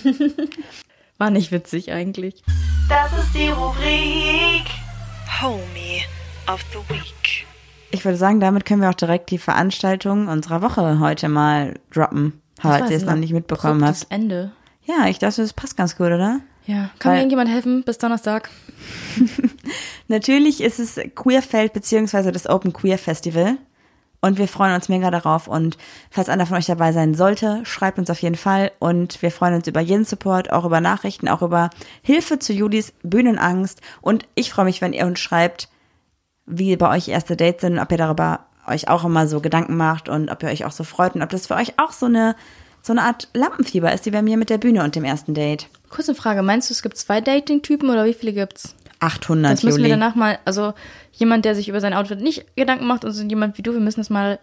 War nicht witzig eigentlich. Das ist die Rubrik Homie of the Week. Ich würde sagen, damit können wir auch direkt die Veranstaltung unserer Woche heute mal droppen, falls war ihr es so ein noch nicht mitbekommen abruptes habt. Ende. Ja, ich dachte, das passt ganz gut, oder? Ja. Kann Weil- mir irgendjemand helfen? Bis Donnerstag. Natürlich ist es Queerfeld beziehungsweise das Open Queer Festival. Und wir freuen uns mega darauf. Und falls einer von euch dabei sein sollte, schreibt uns auf jeden Fall. Und wir freuen uns über jeden Support, auch über Nachrichten, auch über Hilfe zu Judis Bühnenangst. Und ich freue mich, wenn ihr uns schreibt, wie bei euch erste Dates sind, und ob ihr darüber euch auch immer so Gedanken macht und ob ihr euch auch so freut und ob das für euch auch so eine, so eine Art Lampenfieber ist, wie bei mir mit der Bühne und dem ersten Date. Kurze Frage. Meinst du, es gibt zwei Dating-Typen oder wie viele gibt's? 800 Das müssen Juli. wir danach mal, also jemand, der sich über sein Outfit nicht Gedanken macht und so jemand wie du, wir müssen das mal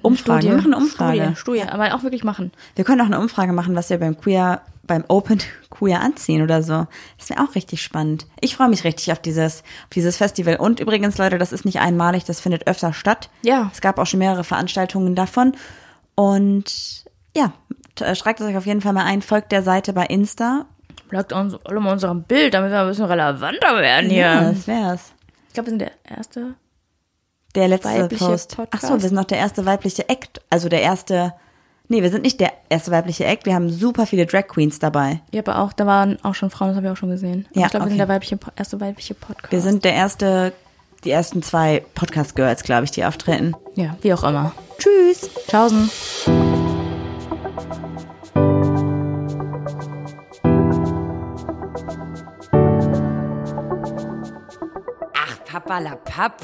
Umfragen. Wir machen eine Umfrage. Studie, Studie, aber auch wirklich machen. Wir können auch eine Umfrage machen, was wir beim Queer, beim Open Queer anziehen oder so. Das wäre auch richtig spannend. Ich freue mich richtig auf dieses, auf dieses Festival. Und übrigens, Leute, das ist nicht einmalig, das findet öfter statt. Ja. Es gab auch schon mehrere Veranstaltungen davon. Und ja, t- äh, schreibt es euch auf jeden Fall mal ein, folgt der Seite bei Insta. Bleibt uns alle mal unserem Bild, damit wir ein bisschen relevanter werden hier. das wär's. Ich glaube, wir sind der erste. Der letzte Weibliche Post. Podcast. Ach so, wir sind noch der erste weibliche Act, also der erste Nee, wir sind nicht der erste weibliche Act, wir haben super viele Drag Queens dabei. Ja, aber auch, da waren auch schon Frauen, das habe ich auch schon gesehen. Ja, ich glaube, wir sind okay. der weibliche, Po- erste weibliche Podcast. Wir sind der erste die ersten zwei Podcast Girls, glaube ich, die auftreten. Ja, wie auch immer. Tschüss. Tschaußen. Ach, Papa la Papp.